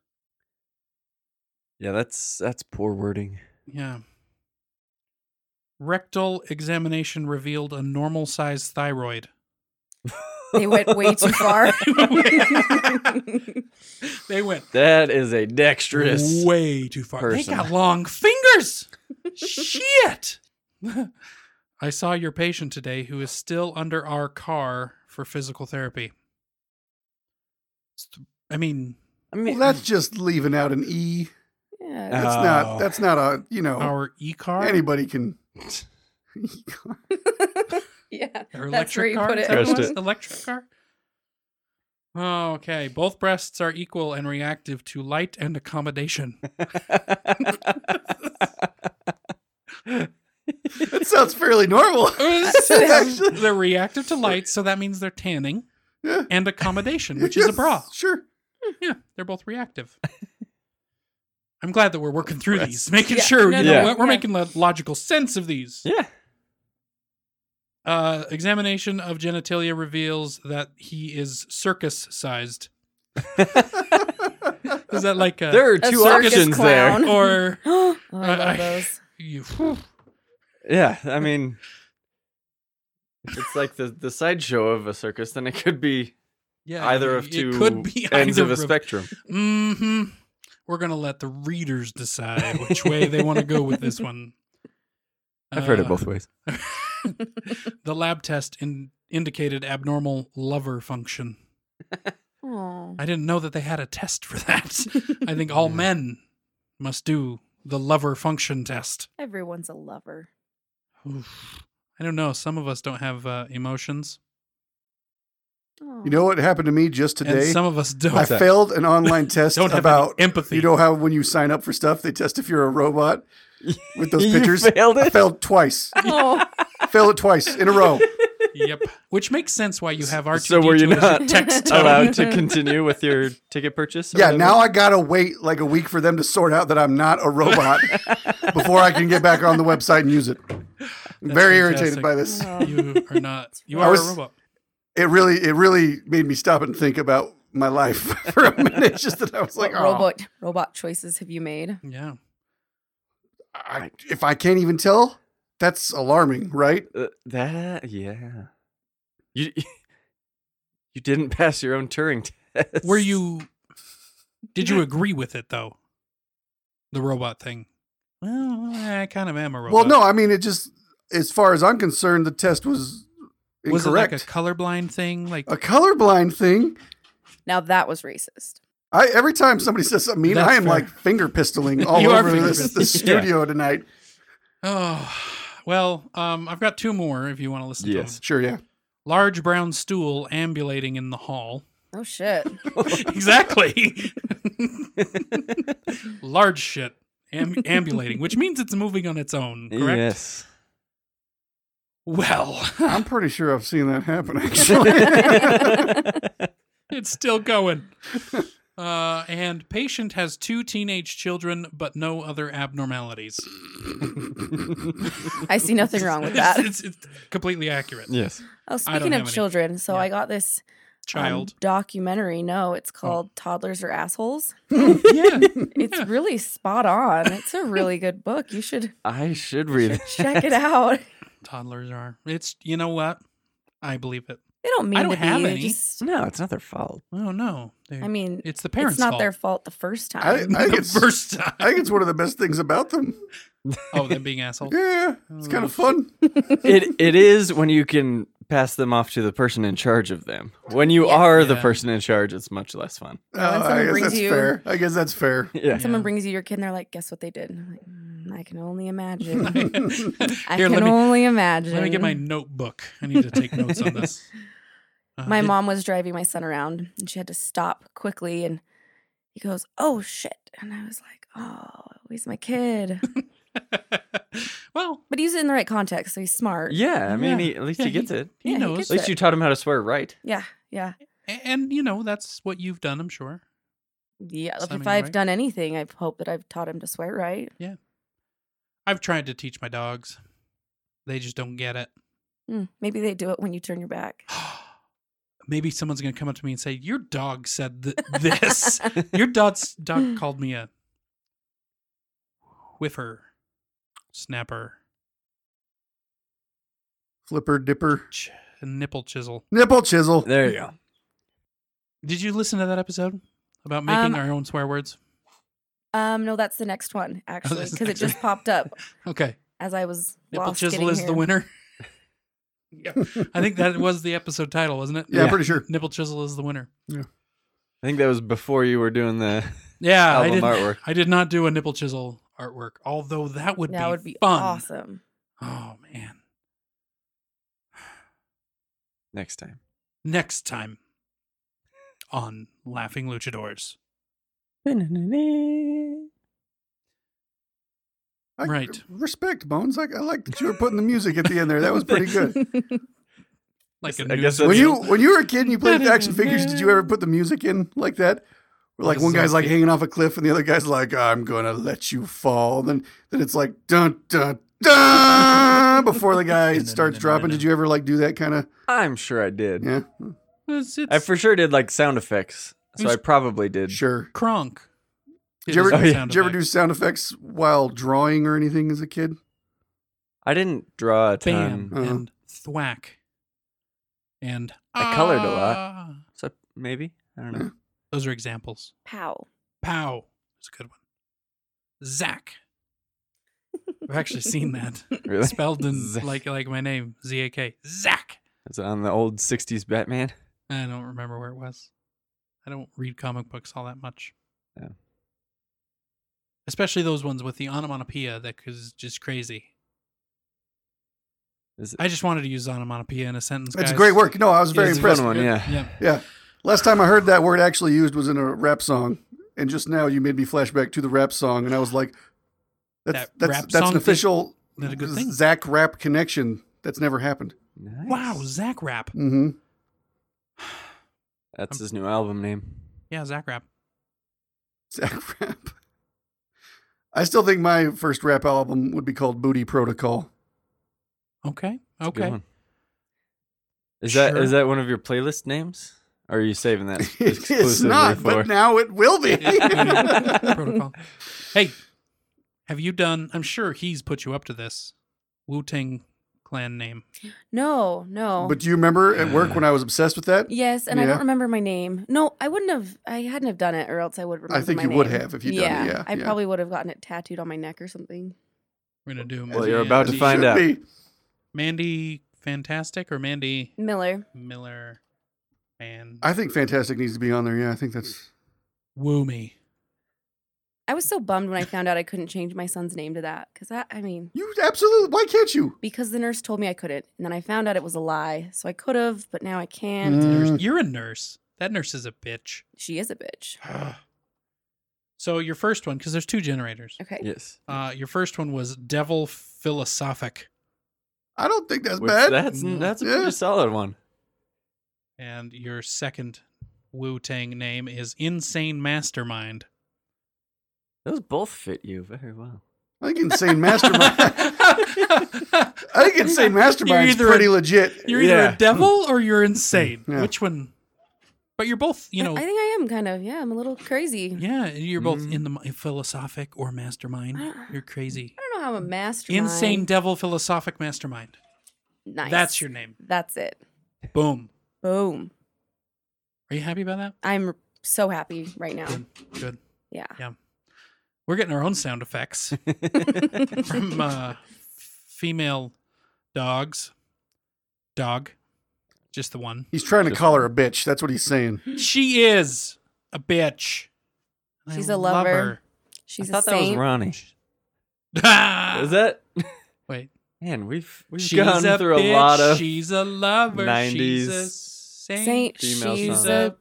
Speaker 2: Yeah, that's that's poor wording.
Speaker 3: Yeah. Rectal examination revealed a normal sized thyroid.
Speaker 5: They went way too far.
Speaker 3: They went
Speaker 2: That is a dexterous.
Speaker 3: way too far. They
Speaker 2: person.
Speaker 3: got long fingers. Shit. I saw your patient today who is still under our car for physical therapy. It's th- I mean,
Speaker 2: I
Speaker 4: Well,
Speaker 2: mean,
Speaker 4: that's just leaving out an e.
Speaker 5: Yeah.
Speaker 4: That's
Speaker 2: Oh.
Speaker 4: not. That's not a. You know,
Speaker 3: our e car?
Speaker 4: Oh. anybody can.
Speaker 5: yeah.
Speaker 3: Or
Speaker 5: That's where
Speaker 3: electric
Speaker 5: you
Speaker 3: car?
Speaker 5: put
Speaker 3: Is
Speaker 5: it.
Speaker 3: that what it
Speaker 2: Pressed
Speaker 3: was?
Speaker 2: it.
Speaker 3: Electric car? Oh, okay. Both breasts are equal and reactive to light and accommodation.
Speaker 4: That sounds fairly normal. Actually.
Speaker 3: they're reactive to light, so that means they're tanning
Speaker 4: Yeah.
Speaker 3: and accommodation, which is a
Speaker 4: Yes,
Speaker 3: bra.
Speaker 4: Sure.
Speaker 3: Yeah, they're both reactive. I'm glad that we're working through
Speaker 2: Breasts.
Speaker 3: these, making
Speaker 5: Yeah,
Speaker 3: sure
Speaker 5: no,
Speaker 3: you know,
Speaker 2: no,
Speaker 3: we're- we're
Speaker 5: yeah.
Speaker 3: making lo- logical sense of these.
Speaker 2: yeah.
Speaker 3: Uh, examination of genitalia reveals that he is circus-sized. Is that like a
Speaker 2: There are
Speaker 5: A
Speaker 2: two
Speaker 5: circus
Speaker 2: options
Speaker 5: clown.
Speaker 3: or
Speaker 5: oh,
Speaker 3: I-
Speaker 5: I love
Speaker 3: I-
Speaker 5: those.
Speaker 3: you?
Speaker 2: there. Yeah, I mean, if it's like the the sideshow of a circus. Then it could be
Speaker 3: Yeah,
Speaker 2: either of
Speaker 3: it
Speaker 2: two
Speaker 3: could be
Speaker 2: ends
Speaker 3: either
Speaker 2: of a spectrum.
Speaker 3: hmm We're gonna let the readers decide which way they want to go with this one. Uh,
Speaker 2: ways.
Speaker 3: The lab test in- indicated abnormal lover function.
Speaker 5: Oh.
Speaker 3: I didn't know that they had a test for that. I think all men must do the lover function test.
Speaker 5: Everyone's a lover.
Speaker 3: Oof. I don't know. Some of us don't have uh, emotions,
Speaker 5: Oh.
Speaker 4: You know what happened to me just
Speaker 3: and
Speaker 4: today?
Speaker 3: some of us don't.
Speaker 4: I failed an online test
Speaker 3: don't have
Speaker 4: about
Speaker 3: any empathy.
Speaker 4: You know how when you sign up for stuff, they test if you're a robot with those
Speaker 2: You
Speaker 4: pictures.
Speaker 2: failed
Speaker 4: I
Speaker 2: it?
Speaker 4: failed twice.
Speaker 5: Oh.
Speaker 4: failed it twice in a row.
Speaker 3: yep. Which makes sense why you have R2D2
Speaker 2: So were you
Speaker 3: as your
Speaker 2: not
Speaker 3: text tone.
Speaker 2: Allowed to continue with your ticket purchase? or
Speaker 4: Yeah,
Speaker 2: whatever?
Speaker 4: now I gotta wait like a week for them to sort out that I'm not a robot before I can get back on the website and use it. I'm very
Speaker 3: fantastic.
Speaker 4: irritated by this.
Speaker 5: Oh.
Speaker 3: You are not. You
Speaker 4: I
Speaker 3: are
Speaker 4: was-
Speaker 3: a robot.
Speaker 4: It really, it really made me stop and think about my life for a minute. Just that I was like,
Speaker 5: what
Speaker 4: oh,
Speaker 5: robot robot choices have you made?
Speaker 3: Yeah.
Speaker 4: I, if I can't even tell, that's alarming, right?
Speaker 2: Uh, that yeah. You you didn't pass your own Turing test.
Speaker 3: Were you? Did you agree with it though? The robot thing. Well, I kind of am a robot.
Speaker 4: Well, no, I mean it just as far as I'm concerned, the test was
Speaker 3: was
Speaker 4: incorrect. Uh,
Speaker 3: it like a colorblind thing? Like
Speaker 4: a, colorblind thing.
Speaker 5: Now that was racist.
Speaker 4: I every time somebody says something mean,
Speaker 3: That's
Speaker 4: I am
Speaker 3: fair.
Speaker 4: like finger pistoling all
Speaker 3: You are
Speaker 4: over
Speaker 3: finger
Speaker 4: this, this
Speaker 2: pistoling. Yeah.
Speaker 4: studio tonight.
Speaker 3: oh, well, um, I've got two more if you want to listen. to
Speaker 2: Yes.
Speaker 3: them.
Speaker 4: Sure, yeah.
Speaker 3: Large brown stool ambulating in the hall.
Speaker 5: Oh shit.
Speaker 3: exactly. Large shit am- ambulating, which means it's moving on its own. Correct.
Speaker 2: Yes.
Speaker 3: Well,
Speaker 4: I'm pretty sure I've seen that happen actually.
Speaker 3: It's still going. Uh, and patient has two teenage children, but no other abnormalities.
Speaker 5: I see nothing wrong with
Speaker 3: It's,
Speaker 5: that.
Speaker 3: it's, it's completely accurate.
Speaker 2: yes.
Speaker 3: I
Speaker 5: Oh,
Speaker 3: don't
Speaker 5: speaking
Speaker 3: have
Speaker 5: of
Speaker 3: any.
Speaker 5: children, so
Speaker 3: Yeah.
Speaker 5: I got this um,
Speaker 3: Child. Oh.
Speaker 5: documentary. No, it's called Toddlers Are Assholes.
Speaker 3: yeah.
Speaker 5: It's really spot on. It's a really good book. You should
Speaker 2: I should read it.
Speaker 5: check it out.
Speaker 3: Toddlers are. It's, you know what? I believe it.
Speaker 5: They don't mean
Speaker 3: don't
Speaker 5: to be.
Speaker 3: have
Speaker 5: they
Speaker 3: any.
Speaker 5: just-
Speaker 2: No, it's not their fault.
Speaker 3: Oh, no. They're-
Speaker 5: I mean,
Speaker 3: it's the parents'
Speaker 5: it's not
Speaker 3: fault.
Speaker 5: their fault the first
Speaker 4: I, I
Speaker 5: time.
Speaker 4: think
Speaker 3: the
Speaker 4: it's,
Speaker 3: first time.
Speaker 4: I think it's one of the best things about them.
Speaker 3: oh, them being assholes.
Speaker 4: Yeah, it's kind
Speaker 5: Oh.
Speaker 4: of fun.
Speaker 2: It it is when you can pass them off to the person in charge of them. When you are the
Speaker 3: Yeah.
Speaker 2: person in charge, it's much less fun.
Speaker 4: Oh,
Speaker 5: when someone
Speaker 4: I guess
Speaker 5: brings
Speaker 4: that's
Speaker 5: you-
Speaker 4: fair. I guess that's fair.
Speaker 2: Yeah.
Speaker 5: Someone
Speaker 3: Yeah.
Speaker 5: brings you your kid, and they're like, "Guess what they did?" And I'm like, "Mm, I can only imagine. I
Speaker 3: Here,
Speaker 5: can
Speaker 3: let me,
Speaker 5: only imagine.
Speaker 3: let me get my notebook. I need to take notes on this. Uh,
Speaker 5: My
Speaker 3: it-
Speaker 5: mom was driving my son around and she had to stop quickly and he goes, Oh shit. And I was like, Oh, he's my kid.
Speaker 3: well,
Speaker 5: but he's in the right context, so he's smart.
Speaker 2: Yeah. I mean,
Speaker 3: Yeah.
Speaker 2: He, at least
Speaker 3: Yeah,
Speaker 2: he gets it.
Speaker 3: he
Speaker 5: Yeah, he
Speaker 3: knows.
Speaker 5: gets
Speaker 2: At least you taught him how to swear right.
Speaker 5: Yeah, yeah.
Speaker 3: A- And you know that's what you've done, I'm sure.
Speaker 5: Yeah.
Speaker 3: So, I
Speaker 5: if
Speaker 3: mean,
Speaker 5: I've
Speaker 3: right?
Speaker 5: done anything, I hope that I've taught him to swear right.
Speaker 3: I've tried to teach my dogs. They just don't get it.
Speaker 5: Hmm, maybe they do it when you turn your back.
Speaker 3: Maybe someone's going to come up to me and say, "Your dog said th- this. Your dog's dog called me a whiffer, snapper,
Speaker 4: Flipper, dipper,
Speaker 3: ch- nipple chisel."
Speaker 4: nipple chisel.
Speaker 2: There you go.
Speaker 3: Did you listen to that episode about making
Speaker 5: Um,
Speaker 3: our own swear words?
Speaker 5: Um, no, that's the next one, actually,
Speaker 3: Oh, that's the
Speaker 5: because it
Speaker 3: next
Speaker 5: just popped up
Speaker 3: Okay,
Speaker 5: as I was
Speaker 3: nipple
Speaker 5: lost
Speaker 3: chisel
Speaker 5: getting
Speaker 3: is
Speaker 5: here.
Speaker 3: the winner. Yeah. I think that was the episode title, wasn't it?
Speaker 4: Yeah, I'm pretty sure.
Speaker 3: Nipple Chisel is the winner.
Speaker 2: I think that was before you were doing the
Speaker 3: Yeah, I
Speaker 2: album
Speaker 3: did.
Speaker 2: artwork.
Speaker 3: I did not do a nipple chisel artwork, although that would
Speaker 5: that
Speaker 3: be
Speaker 5: would be
Speaker 3: fun.
Speaker 5: awesome.
Speaker 3: Oh man,
Speaker 2: Next time.
Speaker 3: next time on Laughing Luchadors.
Speaker 4: I-
Speaker 3: Right.
Speaker 4: Respect, Bones. I, I like that you were putting the music at the end there. That was pretty good.
Speaker 3: Like a
Speaker 2: I
Speaker 3: news
Speaker 2: guess that's-
Speaker 4: when you when you were a kid and you played with action figures, did you ever put the music in like that? Where
Speaker 3: Like
Speaker 4: like
Speaker 3: a
Speaker 4: one guy's like
Speaker 3: zombie.
Speaker 4: hanging off a cliff and the other guy's like, "I'm gonna let you fall." Then then it's like dun dun dun before the guy starts dropping. Did you ever like do that kind of?
Speaker 2: I'm sure I did.
Speaker 4: Yeah,
Speaker 3: It's, it's
Speaker 2: I for sure did like sound effects. So
Speaker 3: Who's-
Speaker 2: I probably did.
Speaker 4: sure.
Speaker 3: Kronk.
Speaker 4: Did you ever,
Speaker 2: Oh, yeah.
Speaker 4: did you ever do sound effects while drawing or anything as a kid?
Speaker 2: I didn't draw a
Speaker 3: bam
Speaker 2: ton.
Speaker 4: Uh-huh.
Speaker 3: and thwack and
Speaker 2: I colored a lot.
Speaker 3: ah.
Speaker 2: So maybe. I don't know.
Speaker 3: Those are examples.
Speaker 5: Pow.
Speaker 3: Pow. It's a good one. Zach. I've actually seen that
Speaker 2: Really?
Speaker 3: spelled in
Speaker 2: Zack.
Speaker 3: like like my name Z A K. Zach.
Speaker 2: It's on the old 60s Batman.
Speaker 3: I don't remember where it was. I don't read comic books all that much.
Speaker 2: Yeah.
Speaker 3: Especially those ones with the onomatopoeia that is just crazy.
Speaker 2: Is it-
Speaker 3: I just wanted to use onomatopoeia in a sentence.
Speaker 4: It's
Speaker 3: guys.
Speaker 4: great work. No, I was very
Speaker 3: It's a
Speaker 2: Fun
Speaker 4: impressed.
Speaker 2: one, yeah.
Speaker 3: Yeah.
Speaker 4: Yeah. Last time I heard that word actually used was in a rap song, and just now you made me flashback to the rap song, and I was like, "That's
Speaker 3: That
Speaker 4: that's
Speaker 3: rap
Speaker 4: that's
Speaker 3: song
Speaker 4: an
Speaker 3: did-
Speaker 4: official
Speaker 3: did a good thing.
Speaker 4: Zach rap connection that's never happened."
Speaker 2: Nice.
Speaker 3: Wow, Zach Rap.
Speaker 4: hmm
Speaker 2: That's his new album name.
Speaker 3: Yeah, Zach Rap.
Speaker 4: Zach rap. I still think my first rap album would be called Booty Protocol.
Speaker 3: Okay.
Speaker 2: It's a good
Speaker 3: Okay.
Speaker 2: one. Is that
Speaker 3: Sure.
Speaker 2: is that one of your playlist names? Or are you saving that
Speaker 4: it's
Speaker 2: exclusively
Speaker 4: not,
Speaker 2: for?
Speaker 4: but now it will be.
Speaker 3: Protocol. Hey, have you done? I'm sure he's put you up to this. Wu Tang clan name.
Speaker 5: No, no.
Speaker 4: but do you remember at work when I was obsessed with that?
Speaker 5: yes, and I
Speaker 4: Yeah.
Speaker 5: don't remember my name. No, I wouldn't have. I hadn't have done it, or else I would remember.
Speaker 4: think
Speaker 5: my
Speaker 4: you would
Speaker 5: name.
Speaker 4: have if you'd done it, yeah,
Speaker 5: I
Speaker 4: yeah.
Speaker 5: probably would have gotten it tattooed on my neck or something.
Speaker 3: We're going to do
Speaker 2: Well, you're about
Speaker 4: As
Speaker 2: to
Speaker 4: it
Speaker 2: find
Speaker 4: should
Speaker 2: out.
Speaker 4: be.
Speaker 3: Mandy Fantastic or Mandy
Speaker 5: Miller.
Speaker 3: Miller Man.
Speaker 4: I think Fantastic needs to be on there. Yeah, I think that's
Speaker 3: Woo me.
Speaker 5: I was so bummed when I found out I couldn't change my son's name to that because that. I mean,
Speaker 4: you. Absolutely. Why can't you?
Speaker 5: because the nurse told me I couldn't, and then I found out it was a lie. So I could have, but now I can't.
Speaker 4: Mm.
Speaker 3: You're a nurse. That nurse is a bitch.
Speaker 5: She is a bitch.
Speaker 3: So your first one, because there's two generators.
Speaker 5: Okay.
Speaker 2: Yes.
Speaker 3: Uh, your first one was Devil Philosophic,
Speaker 4: I don't think that's
Speaker 2: Which-
Speaker 4: bad.
Speaker 2: that's that's a
Speaker 4: Yeah.
Speaker 2: pretty solid one.
Speaker 3: and your second Wu Tang name is Insane Mastermind.
Speaker 2: Those both fit you very well.
Speaker 4: I think insane mastermind. I think insane mastermind's
Speaker 3: You're either-
Speaker 4: pretty legit.
Speaker 3: You're either
Speaker 2: Yeah.
Speaker 3: a devil or you're insane.
Speaker 4: Yeah.
Speaker 3: Which one? But you're both, you
Speaker 5: I-
Speaker 3: know,
Speaker 5: I, think I am kind of. Yeah, I'm a little crazy.
Speaker 3: yeah, you're both
Speaker 2: Mm.
Speaker 3: in the mi- philosophic or mastermind.
Speaker 5: I-
Speaker 3: You're crazy.
Speaker 5: I don't know how I'm a mastermind.
Speaker 3: Insane devil philosophic mastermind.
Speaker 5: Nice.
Speaker 3: That's your name.
Speaker 5: That's it.
Speaker 3: Boom.
Speaker 5: Boom.
Speaker 3: Are you happy about that?
Speaker 5: I'm so happy right now.
Speaker 3: Good. Good.
Speaker 5: Yeah.
Speaker 3: We're getting our own sound effects from uh, female dogs. Dog. Just the one.
Speaker 4: He's trying to call her a bitch. That's what he's saying.
Speaker 3: She is a bitch. I
Speaker 5: She's a
Speaker 3: love
Speaker 5: lover.
Speaker 3: her.
Speaker 5: She's
Speaker 2: I thought
Speaker 5: a
Speaker 2: that was
Speaker 5: saint.
Speaker 2: Ronnie. Is
Speaker 4: uh,
Speaker 3: is
Speaker 2: that
Speaker 3: Wait.
Speaker 2: man? We've we've
Speaker 3: She's
Speaker 2: gone
Speaker 3: a
Speaker 2: through
Speaker 3: bitch,
Speaker 2: a lot of
Speaker 3: She's a lover.
Speaker 2: 90s
Speaker 3: She's a saint.
Speaker 5: Saint.
Speaker 2: Female
Speaker 5: She's
Speaker 2: song.
Speaker 5: a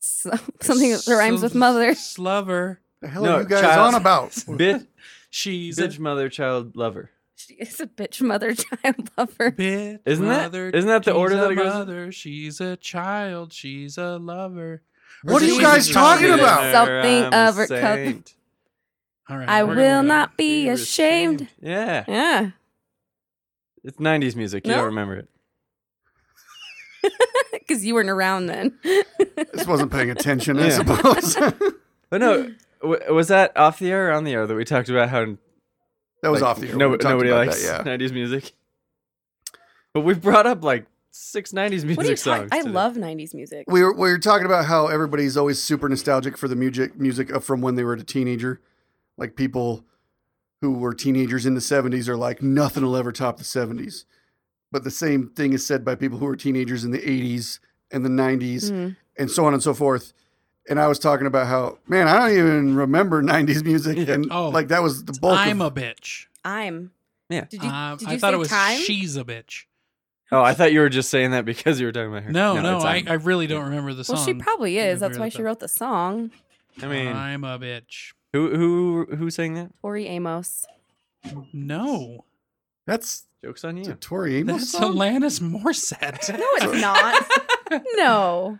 Speaker 5: so- something that rhymes with mother.
Speaker 3: Slover.
Speaker 4: The hell
Speaker 2: No,
Speaker 4: are you guys
Speaker 2: child.
Speaker 4: on about?
Speaker 2: bitch,
Speaker 3: She's
Speaker 2: bitch, mother, child, lover.
Speaker 5: She is a bitch mother child
Speaker 3: a
Speaker 5: lover.
Speaker 3: bitch.
Speaker 2: Isn't that-
Speaker 3: mother,
Speaker 2: isn't that the
Speaker 3: she's
Speaker 2: order
Speaker 3: a
Speaker 2: that it goes in?
Speaker 3: Mother. She's a child. She's a lover. Or
Speaker 4: What are
Speaker 3: is
Speaker 4: you
Speaker 3: it-
Speaker 4: guys talking about?
Speaker 5: Something
Speaker 2: I'm
Speaker 5: of her
Speaker 2: a
Speaker 5: cover-
Speaker 2: saint.
Speaker 3: All right,
Speaker 5: I
Speaker 3: we're
Speaker 5: will
Speaker 3: gonna-
Speaker 5: not be
Speaker 2: You're
Speaker 5: ashamed.
Speaker 2: Yeah,
Speaker 5: Yeah.
Speaker 2: it's '90s music. You
Speaker 5: No?
Speaker 2: don't remember it.
Speaker 5: Because you weren't around then.
Speaker 4: This wasn't paying attention, I
Speaker 2: Yeah.
Speaker 4: suppose. that
Speaker 2: But no,
Speaker 5: Mm.
Speaker 2: w- was that off the air or on the air that we talked about how
Speaker 4: was
Speaker 2: like,
Speaker 4: off the air.
Speaker 2: No,
Speaker 4: We talked
Speaker 2: nobody
Speaker 4: about
Speaker 2: likes
Speaker 4: that, yeah.
Speaker 2: '90s music. But we brought up like six '90s music
Speaker 5: what are you
Speaker 2: songs.
Speaker 5: talking? I
Speaker 2: today.
Speaker 5: love '90s music.
Speaker 4: We were, we were talking about how everybody's always super nostalgic for the music music of from when they were a teenager. Like people who were teenagers in the 70s are like, nothing will ever top the 70s. but the same thing is said by people who were teenagers in the 80s and the 90s
Speaker 5: Mhm.
Speaker 4: and so on and so forth. And I was talking about how, man, I don't even remember 90s music. And
Speaker 3: Oh.
Speaker 4: like that was the bulk.
Speaker 3: I'm
Speaker 4: of,
Speaker 3: a bitch.
Speaker 5: I'm.
Speaker 2: Yeah.
Speaker 5: Did you,
Speaker 3: Um,
Speaker 5: did you
Speaker 3: I thought
Speaker 5: say
Speaker 3: it was
Speaker 5: time?
Speaker 3: she's a bitch.
Speaker 2: Oh, I thought you were just saying that because you were talking about her.
Speaker 3: No, no,
Speaker 2: it's
Speaker 3: I,
Speaker 2: on.
Speaker 3: I really don't remember the song.
Speaker 5: Well, she probably is.
Speaker 3: Yeah,
Speaker 5: That's
Speaker 3: we're
Speaker 5: why
Speaker 3: at
Speaker 5: she
Speaker 3: that.
Speaker 5: wrote the song.
Speaker 2: I mean,
Speaker 3: I'm a bitch.
Speaker 2: who who who sang that?
Speaker 5: Tori Amos.
Speaker 3: No,
Speaker 4: that's
Speaker 2: Jokes on
Speaker 4: it's a
Speaker 2: you.
Speaker 4: Tori
Speaker 3: that's
Speaker 4: Amos song?
Speaker 3: Alanis Morissette.
Speaker 5: No, it's not. no.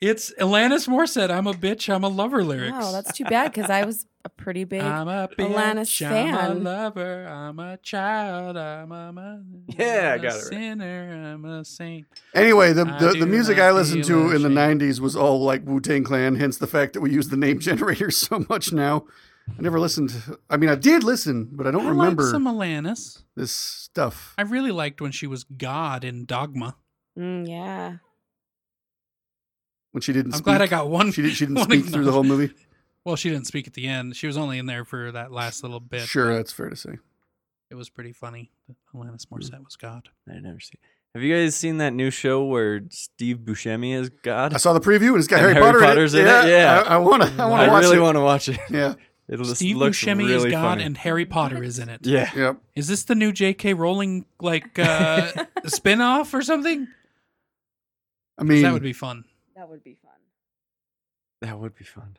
Speaker 3: It's Alanis Morissette. I'm a bitch. I'm a lover lyrics. Um,
Speaker 5: Wow, that's too bad because I was a pretty big.
Speaker 3: I'm a bitch.
Speaker 5: Alanis
Speaker 3: I'm a
Speaker 5: fan.
Speaker 3: lover. I'm a child. I'm a mother.
Speaker 2: Yeah, I
Speaker 3: I'm
Speaker 2: got it
Speaker 3: a
Speaker 2: right.
Speaker 3: sinner. I'm a saint.
Speaker 4: Anyway, the,
Speaker 3: I
Speaker 4: the,
Speaker 3: do
Speaker 4: the music
Speaker 3: not
Speaker 4: I listened
Speaker 3: feel
Speaker 4: to in the
Speaker 3: ashamed.
Speaker 4: 90s was all like Wu Tang Clan, hence the fact that we use the name generator so much now. I never listened. I mean, I did listen, but I don't
Speaker 3: I
Speaker 4: remember
Speaker 3: like some Alanis.
Speaker 4: this stuff.
Speaker 3: I really liked when she was God in Dogma.
Speaker 5: Mm, yeah.
Speaker 4: When she didn't
Speaker 3: I'm
Speaker 4: speak.
Speaker 3: glad I got one.
Speaker 4: She, did, she didn't
Speaker 3: one
Speaker 4: speak through the whole
Speaker 3: acknowledge-
Speaker 4: movie.
Speaker 3: Well, she didn't speak at the end. She was only in there for that last little bit.
Speaker 4: Sure, that's fair to say.
Speaker 3: It was pretty funny. that Alanis Morissette was God.
Speaker 2: I never seen. Have you guys seen that new show where Steve Buscemi is God?
Speaker 4: I saw the preview and it's got
Speaker 2: And
Speaker 4: Harry,
Speaker 2: Harry
Speaker 4: Potter
Speaker 2: Potter's
Speaker 4: in
Speaker 2: in
Speaker 4: it.
Speaker 2: it? Yeah.
Speaker 4: I, I want to. I want to
Speaker 2: I
Speaker 4: watch
Speaker 2: really
Speaker 4: it.
Speaker 2: want to watch it.
Speaker 4: Yeah.
Speaker 2: It just
Speaker 3: Steve
Speaker 2: looks
Speaker 3: Buscemi
Speaker 2: really
Speaker 3: is God
Speaker 2: funny.
Speaker 3: and Harry Potter is in it. Is
Speaker 2: yeah.
Speaker 4: Yep.
Speaker 3: this the new J.K. Rowling like uh, spin-off or something? 'Cause
Speaker 4: I mean,
Speaker 3: that would be fun.
Speaker 5: That would be fun.
Speaker 2: That would be fun.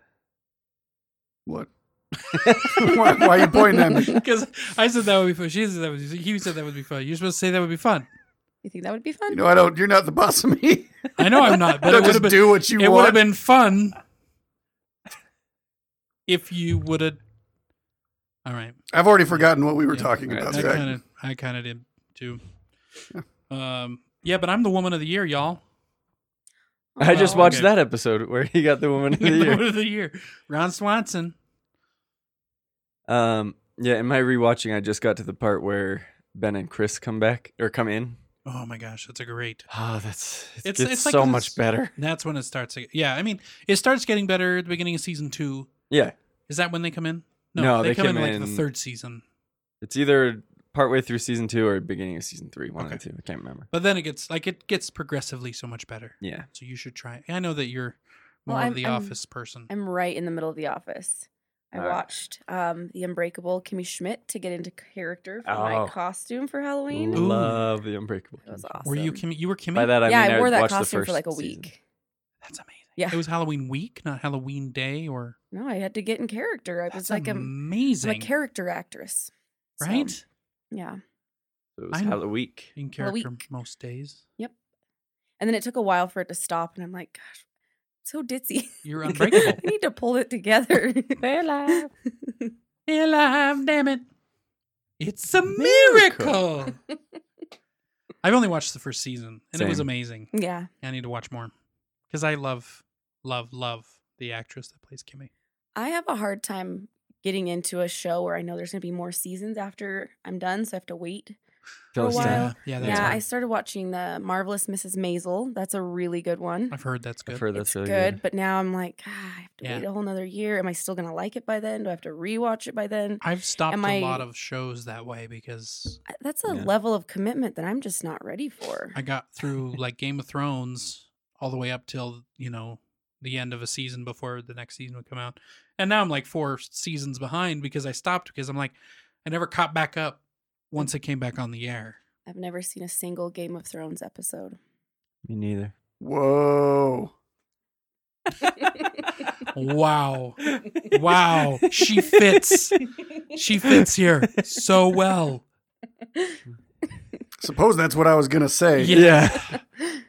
Speaker 4: what? why, why are you pointing at me?
Speaker 3: Because I said that would be fun. She said that would. Be, he said that would be fun. You're supposed to say that would be fun.
Speaker 5: You think that would be fun?
Speaker 4: You know, I don't. You're not the boss of me.
Speaker 3: I know I'm not, but
Speaker 4: Don't
Speaker 3: it would
Speaker 4: just
Speaker 3: have been.
Speaker 4: do what you
Speaker 3: It would
Speaker 4: want.
Speaker 3: have been fun if you would have. All right.
Speaker 4: I've already forgotten what we were
Speaker 3: Yeah,
Speaker 4: talking
Speaker 2: all right,
Speaker 4: about.
Speaker 2: that's
Speaker 3: I
Speaker 4: Zach.
Speaker 3: kind of, I kind of did too. Um, yeah, but I'm the woman of the year, y'all.
Speaker 2: I just
Speaker 5: Oh.
Speaker 2: watched
Speaker 3: okay.
Speaker 2: that episode where he got the woman of the
Speaker 3: The
Speaker 2: year.
Speaker 3: woman of the year, Ron Swanson.
Speaker 2: Um, yeah, in my rewatching, I just got to the part where Ben and Chris come back or come in.
Speaker 3: Oh my gosh, that's a great.
Speaker 2: Oh, that's it
Speaker 3: It's-
Speaker 2: gets
Speaker 3: it's like
Speaker 2: so
Speaker 3: this-
Speaker 2: much better.
Speaker 3: That's when it starts. to- Yeah, I mean, it starts getting better at the beginning of season two.
Speaker 2: Yeah,
Speaker 3: Is that when they come in?
Speaker 2: No, they
Speaker 3: come
Speaker 2: came
Speaker 3: in like
Speaker 2: in-
Speaker 3: the third season.
Speaker 2: it's either partway through season two or beginning of season three. One of
Speaker 3: Okay.
Speaker 2: the two, I can't remember.
Speaker 3: But then it gets like it gets progressively so much better.
Speaker 2: Yeah,
Speaker 3: So you should try. I know that you're
Speaker 5: Well,
Speaker 3: more
Speaker 5: I'm-
Speaker 3: of the
Speaker 5: I'm-
Speaker 3: office person.
Speaker 5: I'm right in the middle of the office. I
Speaker 2: All right.
Speaker 5: watched um, The Unbreakable Kimmy Schmidt to get into character for
Speaker 2: Oh.
Speaker 5: my costume for Halloween.
Speaker 3: Ooh.
Speaker 2: love the Unbreakable.
Speaker 5: It was
Speaker 2: Kimmy.
Speaker 5: awesome.
Speaker 3: Were you Kimmy? You were Kimmy.
Speaker 2: By that I
Speaker 5: yeah,
Speaker 2: mean
Speaker 5: I wore that
Speaker 2: watched the
Speaker 5: costume for
Speaker 2: first
Speaker 5: like a
Speaker 2: season.
Speaker 5: week.
Speaker 3: That's amazing.
Speaker 5: Yeah.
Speaker 3: It was Halloween week, not Halloween day. Or
Speaker 5: No, I had to get in character. I
Speaker 3: that's
Speaker 5: was like a, I'm
Speaker 3: amazing,
Speaker 5: a character actress. So,
Speaker 3: right?
Speaker 5: yeah.
Speaker 2: It was
Speaker 3: I'm-
Speaker 2: Halloween week.
Speaker 3: In character
Speaker 5: week.
Speaker 3: most days.
Speaker 5: And then it took a while for it to stop, and I'm like, gosh, so ditzy.
Speaker 3: You're
Speaker 5: I
Speaker 3: unbreakable.
Speaker 5: need to pull it together.
Speaker 3: You're alive, damn it! It's a miracle. I've only watched the first season, and it was
Speaker 2: Same.
Speaker 3: amazing.
Speaker 5: yeah.
Speaker 3: I need to watch more because I love, love, love the actress that plays Kimmy.
Speaker 5: I have a hard time getting into a show where I know there's going to be more seasons after I'm done, so I have to wait.
Speaker 2: Tell
Speaker 5: a
Speaker 2: us
Speaker 5: while.
Speaker 2: that.
Speaker 3: Yeah, yeah,
Speaker 5: Yeah,
Speaker 3: that's
Speaker 5: I
Speaker 3: hard.
Speaker 5: started watching the Marvelous Mrs. Maisel. That's a really good one.
Speaker 3: I've heard that's good.
Speaker 2: I've heard that's
Speaker 5: it's
Speaker 2: really
Speaker 5: good, but now I'm like, ah, I have to
Speaker 3: Yeah.
Speaker 5: wait a whole nother year. Am I still going to like it by then? Do I have to rewatch it by then?
Speaker 3: I've stopped
Speaker 5: Am
Speaker 3: a
Speaker 5: I-
Speaker 3: lot of shows that way because
Speaker 5: I- That's a
Speaker 2: Yeah.
Speaker 5: level of commitment that I'm just not ready for.
Speaker 3: I got through like Game of Thrones all the way up till, you know, the end of a season before the next season would come out. And now I'm like four seasons behind because I stopped because I'm like, I never caught back up once it came back on the air.
Speaker 5: I've never seen a single Game of Thrones episode.
Speaker 2: Me neither.
Speaker 4: Whoa.
Speaker 3: Wow. Wow. She fits. She fits here so well.
Speaker 4: Suppose that's what I was gonna say.
Speaker 3: Yeah.
Speaker 2: Yeah.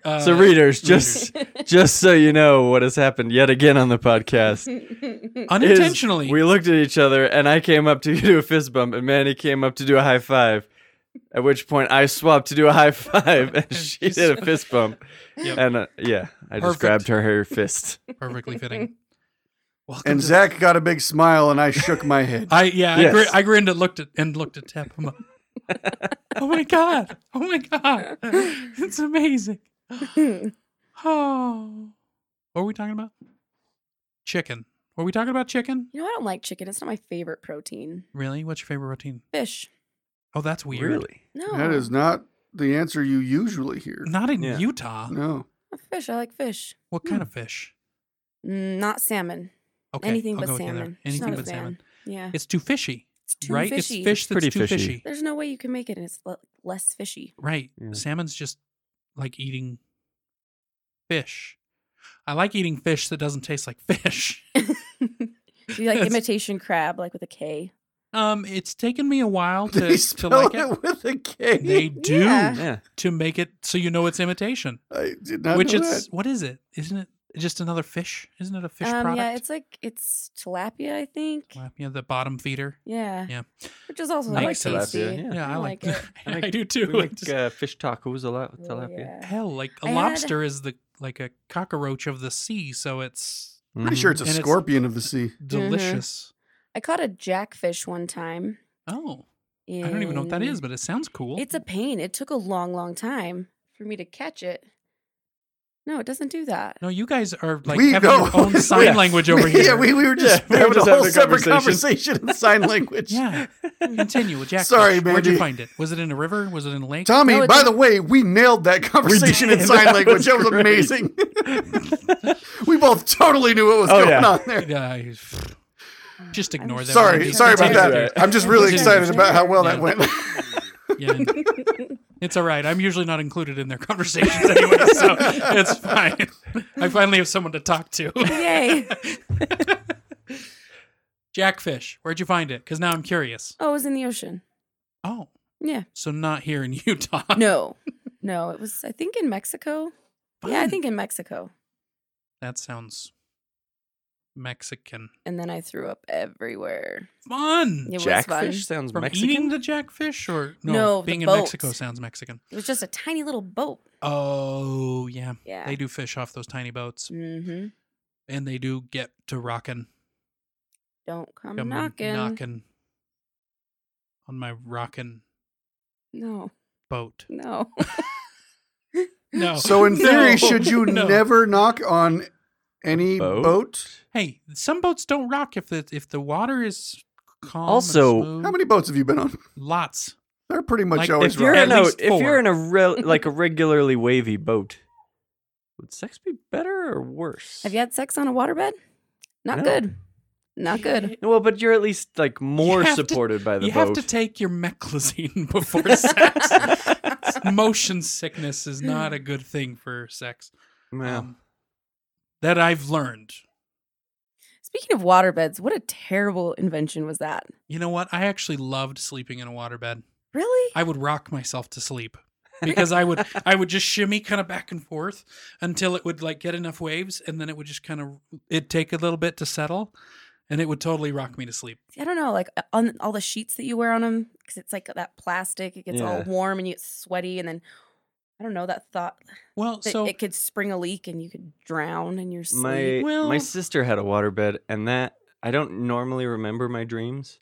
Speaker 3: Uh,
Speaker 2: so readers, just just so you know what has happened yet again on the podcast. is
Speaker 3: unintentionally.
Speaker 2: we looked at each other, and I came up to do a fist bump, and Manny came up to do a high five. At which point, I swapped to do a high five, and she did a fist bump.
Speaker 3: Yep.
Speaker 2: And uh, yeah, I
Speaker 3: Perfect.
Speaker 2: just grabbed her her fist.
Speaker 3: perfectly fitting. Welcome
Speaker 4: And
Speaker 3: to-
Speaker 4: Zach got a big smile, and I shook my head.
Speaker 3: I yeah, I, gri-
Speaker 2: Yes.
Speaker 3: I grinned and looked at and looked at Tep. I'm like, oh my god! Oh my god! It's amazing. Oh, what were we talking about? Chicken. Were we talking about chicken?
Speaker 5: You know, I don't like chicken. It's not my favorite protein.
Speaker 3: Really? What's your favorite protein?
Speaker 5: Fish.
Speaker 3: Oh, that's weird.
Speaker 2: Really?
Speaker 5: No.
Speaker 4: That is not the answer you usually hear.
Speaker 3: Not in
Speaker 2: Yeah. Hmm.
Speaker 3: Utah.
Speaker 4: No.
Speaker 5: A Fish. I like fish.
Speaker 3: What kind of fish?
Speaker 5: Mm, not salmon.
Speaker 3: Okay,
Speaker 5: Anything
Speaker 3: I'll
Speaker 5: but
Speaker 3: go with the other.
Speaker 5: salmon. She's
Speaker 3: Anything
Speaker 5: not a
Speaker 3: but salmon.
Speaker 5: fan. Yeah.
Speaker 3: It's too fishy,
Speaker 5: It's too
Speaker 3: right?
Speaker 5: fishy.
Speaker 3: It's fish that's
Speaker 2: Pretty
Speaker 3: too
Speaker 2: fishy.
Speaker 3: fishy.
Speaker 5: There's no way you can make it and it's le- less fishy.
Speaker 3: Right.
Speaker 2: Yeah.
Speaker 3: Salmon's just like eating fish. I like eating fish that doesn't taste like fish.
Speaker 5: you like imitation crab, like with a K.
Speaker 3: Um, it's taken me a while
Speaker 4: They
Speaker 3: to, to
Speaker 4: spell
Speaker 3: like
Speaker 4: it,
Speaker 3: it.
Speaker 4: with a K.
Speaker 3: They do
Speaker 5: Yeah.
Speaker 2: Yeah.
Speaker 3: to make it so you know it's imitation.
Speaker 4: I did not
Speaker 3: which
Speaker 4: know
Speaker 3: it's
Speaker 4: that.
Speaker 3: what is it? Isn't it just another fish? Isn't it a fish
Speaker 5: um,
Speaker 3: product?
Speaker 5: yeah, it's like it's tilapia, I think.
Speaker 3: Tilapia, the bottom feeder.
Speaker 5: Yeah.
Speaker 3: Yeah.
Speaker 5: Which is also
Speaker 3: I
Speaker 5: like
Speaker 3: like
Speaker 2: tilapia,
Speaker 5: tasty.
Speaker 2: yeah.
Speaker 3: Yeah, I, like,
Speaker 5: it.
Speaker 3: that.
Speaker 2: I like-
Speaker 3: I do
Speaker 2: We
Speaker 3: too. It
Speaker 2: make
Speaker 3: just-
Speaker 2: uh, fish tacos a lot with
Speaker 5: Oh,
Speaker 2: tilapia.
Speaker 5: yeah.
Speaker 3: hell, like a
Speaker 5: I had-
Speaker 3: lobster is the like a cockroach of the sea, so it's
Speaker 4: Pretty
Speaker 2: Mhm.
Speaker 4: sure it's a
Speaker 3: Mm-hmm. And it's-
Speaker 4: scorpion of the sea.
Speaker 3: delicious.
Speaker 5: I caught a jackfish one time.
Speaker 3: Oh, I don't even know what that
Speaker 5: and
Speaker 3: is, but it sounds cool.
Speaker 5: It's a pain. It took a long, long time for me to catch it. No, it doesn't do that.
Speaker 3: No, you guys are like
Speaker 4: We
Speaker 3: having
Speaker 4: know.
Speaker 3: your own sign
Speaker 4: Yeah.
Speaker 3: language over here.
Speaker 4: Yeah, we, we were just
Speaker 2: Yeah, we were
Speaker 4: having
Speaker 2: just
Speaker 4: a whole
Speaker 2: having a
Speaker 4: separate
Speaker 2: conversation.
Speaker 4: conversation in sign language.
Speaker 3: Yeah. Continue with Jack.
Speaker 4: Sorry,
Speaker 3: Where'd you
Speaker 4: Mandy.
Speaker 3: find it? Was it in a river? Was it in a lake?
Speaker 4: Tommy,
Speaker 5: No, it
Speaker 4: by
Speaker 5: didn't-
Speaker 4: the way, we nailed that conversation in
Speaker 2: did.
Speaker 4: sign
Speaker 2: That
Speaker 4: language.
Speaker 2: was
Speaker 4: that was
Speaker 2: great.
Speaker 4: amazing. we both totally knew what was
Speaker 2: Oh,
Speaker 4: going
Speaker 2: yeah.
Speaker 4: on there.
Speaker 3: Yeah, you- Uh, just ignore that.
Speaker 4: Sorry,
Speaker 3: Mandy.
Speaker 4: sorry about
Speaker 3: Continue.
Speaker 4: that. I'm just really
Speaker 3: Continue.
Speaker 4: excited about how well that
Speaker 3: Yeah.
Speaker 4: went.
Speaker 3: Yeah. It's all right. I'm usually not included in their conversations anyway, so it's fine. I finally have someone to talk to.
Speaker 5: Yay.
Speaker 3: Jackfish, where'd you find it? Because now I'm curious.
Speaker 5: Oh, it was in the ocean.
Speaker 3: Oh,
Speaker 5: Yeah.
Speaker 3: so not here in Utah.
Speaker 5: No. No, it was, I think, in Mexico. Yeah, I
Speaker 3: Fun.
Speaker 5: think in Mexico.
Speaker 3: that sounds Mexican.
Speaker 5: And then I threw up everywhere.
Speaker 3: Fun.
Speaker 5: It was fun.
Speaker 2: Jackfish sounds
Speaker 3: From
Speaker 2: Mexican.
Speaker 3: eaning the jackfish or no,
Speaker 5: No, the
Speaker 3: being in
Speaker 5: boat.
Speaker 3: Mexico sounds Mexican.
Speaker 5: It was just a tiny little boat.
Speaker 3: Oh yeah.
Speaker 5: Yeah.
Speaker 3: They do fish off those tiny boats.
Speaker 5: Mm-hmm.
Speaker 3: And they do get to rockin'.
Speaker 5: Don't come,
Speaker 3: Come
Speaker 5: knocking.
Speaker 3: knockin' on my rockin'
Speaker 5: No,
Speaker 3: boat.
Speaker 5: no.
Speaker 3: No.
Speaker 4: So, in
Speaker 5: No.
Speaker 4: theory, should you
Speaker 3: No.
Speaker 4: never knock on any
Speaker 2: Boat?
Speaker 4: boat?
Speaker 3: hey, some boats don't rock if the if the water is calm. and
Speaker 2: Also-
Speaker 3: smooth.
Speaker 4: How many boats have you been on?
Speaker 3: lots.
Speaker 4: They're pretty much
Speaker 3: Like,
Speaker 4: always
Speaker 2: if you're
Speaker 4: wrong.
Speaker 3: right.
Speaker 2: in
Speaker 3: At
Speaker 2: a
Speaker 3: least
Speaker 2: if
Speaker 3: four.
Speaker 2: you're in a rel like a regularly wavy boat, would sex be better or worse?
Speaker 5: Have you had sex on a waterbed? Not
Speaker 2: No.
Speaker 5: good. Not good.
Speaker 2: well, but you're at least like more
Speaker 3: have to-
Speaker 2: supported by the
Speaker 3: you have
Speaker 2: boat.
Speaker 3: to take your meclizine before sex. Motion sickness is not a good thing for sex.
Speaker 2: Yeah.
Speaker 3: Um, that I've learned.
Speaker 5: Speaking of waterbeds, what a terrible invention was that?
Speaker 3: You know what? I actually loved sleeping in a waterbed.
Speaker 5: Really?
Speaker 3: I would rock myself to sleep because I would I would just shimmy kind of back and forth until it would like get enough waves and then it would just kind of it'd take a little bit to settle and it would totally rock me to sleep.
Speaker 5: See, I don't know, like uh, on all the sheets that you wear on them, because it's like that plastic. It gets all
Speaker 2: Yeah.
Speaker 5: warm and you get sweaty, and then I don't know that thought
Speaker 3: Well,
Speaker 5: that
Speaker 3: so
Speaker 5: it could spring a leak and you could drown in your sleep.
Speaker 2: my my
Speaker 3: Well-
Speaker 2: sister had a waterbed, and that I don't normally remember my dreams,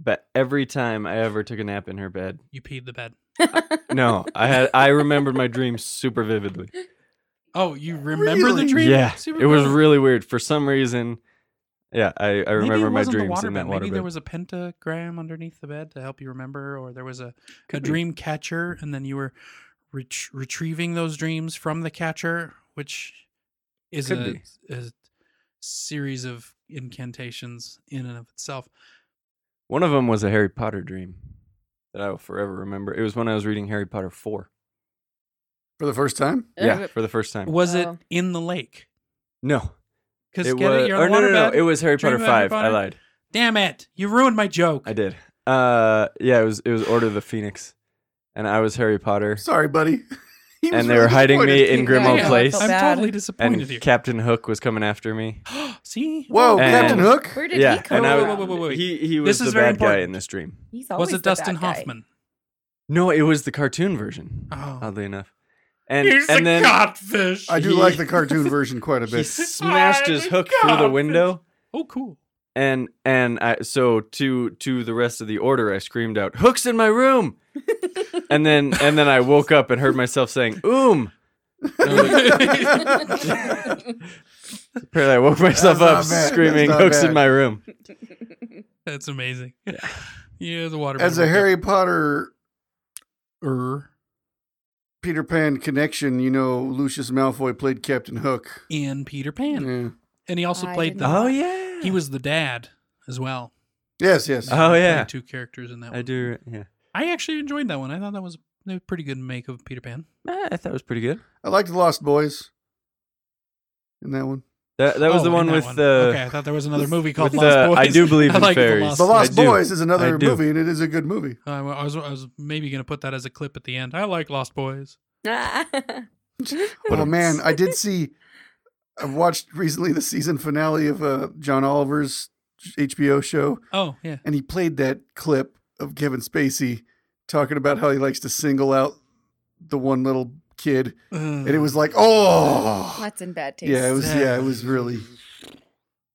Speaker 2: but every time I ever took a nap in her bed,
Speaker 3: you peed the bed.
Speaker 2: no, I had I remembered my dreams super vividly.
Speaker 3: Oh, you remember
Speaker 4: Really?
Speaker 3: the dream?
Speaker 2: Yeah,
Speaker 3: Super
Speaker 2: it was
Speaker 3: cool.
Speaker 2: really weird for some reason. Yeah, I, I
Speaker 3: Maybe
Speaker 2: remember
Speaker 3: it
Speaker 2: my
Speaker 3: wasn't the
Speaker 2: dreams in
Speaker 3: waterbed.
Speaker 2: that
Speaker 3: Maybe there
Speaker 2: waterbed.
Speaker 3: was a pentagram underneath the bed to help you remember, or there was a, a
Speaker 2: Could be.
Speaker 3: dream catcher, and then you were ret- retrieving those dreams from the catcher, which is
Speaker 2: Could
Speaker 3: a,
Speaker 2: be.
Speaker 3: a series of incantations in and of itself.
Speaker 2: One of them was a Harry Potter dream that I will forever remember. It was when I was reading Harry Potter four.
Speaker 4: For the first time?
Speaker 2: Yeah, for the first time.
Speaker 3: Was it
Speaker 5: Oh.
Speaker 3: in the lake?
Speaker 2: No,
Speaker 3: Because
Speaker 2: it
Speaker 3: get
Speaker 2: was.
Speaker 3: it, you're
Speaker 2: or
Speaker 3: on a
Speaker 2: no, no, no,
Speaker 3: waterbed.
Speaker 2: it was Harry
Speaker 3: Dream
Speaker 2: Potter
Speaker 3: about Harry
Speaker 2: five. I
Speaker 3: Potter?
Speaker 2: lied.
Speaker 3: Damn it! You ruined my joke.
Speaker 2: I did. Uh, yeah, it was it was Order of the Phoenix, and I was Harry Potter,
Speaker 4: Sorry, buddy. He was
Speaker 2: and they
Speaker 4: really
Speaker 2: were hiding me
Speaker 4: disappointed.
Speaker 2: in Grimmauld
Speaker 5: Yeah, I
Speaker 2: Place,
Speaker 5: felt
Speaker 3: I'm
Speaker 5: bad.
Speaker 3: totally
Speaker 2: and
Speaker 3: disappointed here.
Speaker 2: Captain Hook was coming after me.
Speaker 3: See,
Speaker 4: Whoa,
Speaker 2: And-
Speaker 4: Oh, Captain Hook?
Speaker 5: Where did
Speaker 2: yeah,
Speaker 5: he come
Speaker 2: and I
Speaker 5: from?
Speaker 2: was,
Speaker 3: Whoa, whoa, whoa, whoa, whoa.
Speaker 2: He he
Speaker 3: This
Speaker 2: was the
Speaker 3: is very
Speaker 2: bad guy
Speaker 3: important.
Speaker 2: in this dream.
Speaker 5: He's
Speaker 3: was
Speaker 5: always
Speaker 3: it
Speaker 5: the bad
Speaker 3: Dustin
Speaker 5: guy.
Speaker 3: Hoffman?
Speaker 2: No, it was the cartoon version.
Speaker 3: Oh.
Speaker 2: Oddly enough, and
Speaker 3: He's
Speaker 2: and
Speaker 3: a
Speaker 2: then
Speaker 3: godfish.
Speaker 4: I do
Speaker 2: He-
Speaker 4: like the cartoon version quite a
Speaker 2: he
Speaker 4: bit.
Speaker 2: smashed his
Speaker 3: I'm a
Speaker 2: hook through the
Speaker 3: godfish.
Speaker 2: window,
Speaker 3: Oh, cool.
Speaker 2: and and I so to to the rest of the order, I screamed out, "Hook's in my room!" and then and then I woke up and heard myself saying, "Oom." And I was like, Apparently, I woke myself
Speaker 4: That's
Speaker 2: up
Speaker 4: not bad. That's
Speaker 2: screaming
Speaker 4: not
Speaker 2: hooks
Speaker 4: bad.
Speaker 2: in my room.
Speaker 3: That's amazing. Yeah, the water.
Speaker 4: As a Harry Potter
Speaker 3: er,
Speaker 4: Peter Pan connection, you know, Lucius Malfoy played Captain Hook.
Speaker 3: in Peter Pan,
Speaker 2: Mm.
Speaker 4: Yeah.
Speaker 3: and he also
Speaker 5: I
Speaker 3: played
Speaker 5: didn't
Speaker 3: the.
Speaker 5: know
Speaker 2: Oh yeah.
Speaker 3: He was the dad as well.
Speaker 4: Yes, yes.
Speaker 2: Oh
Speaker 3: He played
Speaker 2: yeah.
Speaker 3: two characters in that.
Speaker 2: I
Speaker 3: one.
Speaker 2: do. Yeah.
Speaker 3: I actually enjoyed that one. I thought that was a pretty good make of Peter Pan.
Speaker 2: Eh, I thought it was pretty good.
Speaker 4: I liked The Lost Boys in that one.
Speaker 2: That that was
Speaker 3: Oh,
Speaker 2: the
Speaker 3: and
Speaker 2: one
Speaker 3: that
Speaker 2: with
Speaker 3: one.
Speaker 2: the.
Speaker 3: okay, I thought there was another movie called
Speaker 2: with
Speaker 3: Lost
Speaker 2: the-
Speaker 3: Boys.
Speaker 2: I do believe in
Speaker 3: like
Speaker 2: fairies.
Speaker 3: Lost
Speaker 4: The
Speaker 2: I
Speaker 4: Lost
Speaker 2: do.
Speaker 4: Boys is another
Speaker 2: I do.
Speaker 4: movie, and it is a good movie.
Speaker 3: Uh, I, was, I was maybe going to put that as a clip at the end. I like Lost Boys.
Speaker 4: oh man, I did see. I watched recently the season finale of uh, John Oliver's HBO show,
Speaker 3: Oh, yeah.
Speaker 4: and he played that clip of Kevin Spacey talking about how he likes to single out the one little kid, and
Speaker 2: Mm.
Speaker 4: it was like, oh,
Speaker 5: That's in bad taste.
Speaker 4: yeah, it was yeah, it was really.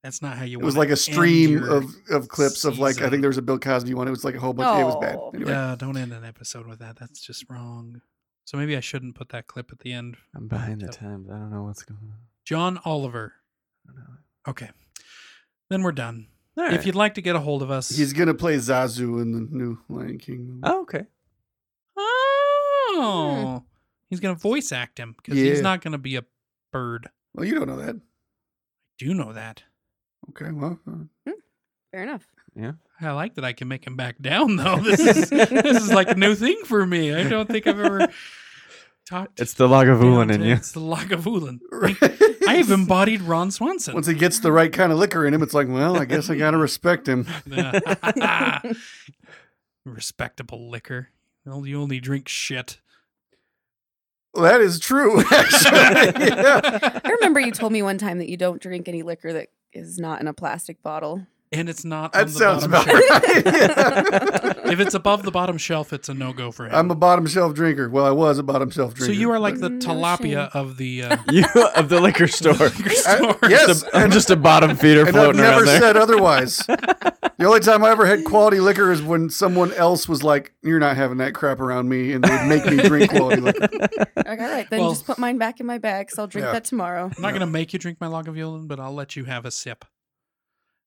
Speaker 3: That's not how you
Speaker 4: It
Speaker 3: want
Speaker 4: was like a stream of of clips of like I
Speaker 3: season.
Speaker 4: think there was a Bill Cosby one. It was like a whole bunch. It was bad.
Speaker 5: Oh.
Speaker 4: Anyway,
Speaker 3: Yeah, don't end an episode with that. That's just wrong. So maybe I shouldn't put that clip at the end.
Speaker 2: I'm behind the times. I don't know what's going on.
Speaker 3: John Oliver. Okay. Then we're done.
Speaker 2: All
Speaker 3: If
Speaker 2: right.
Speaker 3: you'd like to get a hold of us,
Speaker 4: he's gonna play Zazu in the new Lion King movie.
Speaker 2: Oh, okay.
Speaker 3: oh, he's going to voice act him because he's
Speaker 4: Yeah.
Speaker 3: not going to be a bird.
Speaker 4: Well, you don't know that.
Speaker 3: Do you know that?
Speaker 4: Okay, well, uh,
Speaker 5: Fair enough.
Speaker 3: I like that I can make him back down though. This is this is like a new thing for me. I don't think I've ever talked.
Speaker 2: It's the log of
Speaker 3: down
Speaker 2: Ulan
Speaker 3: to-
Speaker 2: in you.
Speaker 3: It's the Lagavulin.
Speaker 4: right.
Speaker 3: I have embodied Ron Swanson.
Speaker 4: Once he gets the right kind of liquor in him, it's like, well, I guess I gotta respect him.
Speaker 3: Respectable liquor. Well, you only drink shit.
Speaker 4: Well, that is true, actually. yeah.
Speaker 5: I remember you told me one time that you don't drink any liquor that is not in a plastic bottle.
Speaker 3: And it's not. on the
Speaker 4: That sounds
Speaker 3: bottom
Speaker 4: about
Speaker 3: shelf.
Speaker 4: right. Yeah.
Speaker 3: If it's above the bottom shelf, it's a no go for him.
Speaker 4: I'm a bottom shelf drinker. Well, I was a bottom shelf
Speaker 3: so
Speaker 4: drinker.
Speaker 3: you are like
Speaker 4: but-
Speaker 3: the
Speaker 5: Mm, No
Speaker 3: tilapia
Speaker 5: shame.
Speaker 3: of the uh,
Speaker 2: You of the liquor store.
Speaker 3: liquor
Speaker 4: I-
Speaker 3: store.
Speaker 4: Uh, yes,
Speaker 2: I'm just a bottom feeder
Speaker 4: and I've
Speaker 2: floating
Speaker 4: never
Speaker 2: around there.
Speaker 4: said otherwise. the only time I ever had quality liquor is when someone else was like, "You're not having that crap around me," and they would make me drink quality liquor.
Speaker 5: Like, all right, then
Speaker 3: Well-
Speaker 5: just put mine back in my bag. So I'll drink
Speaker 4: Yeah.
Speaker 5: that tomorrow.
Speaker 3: I'm not going to make you drink my Lagavulin, but I'll let you have a sip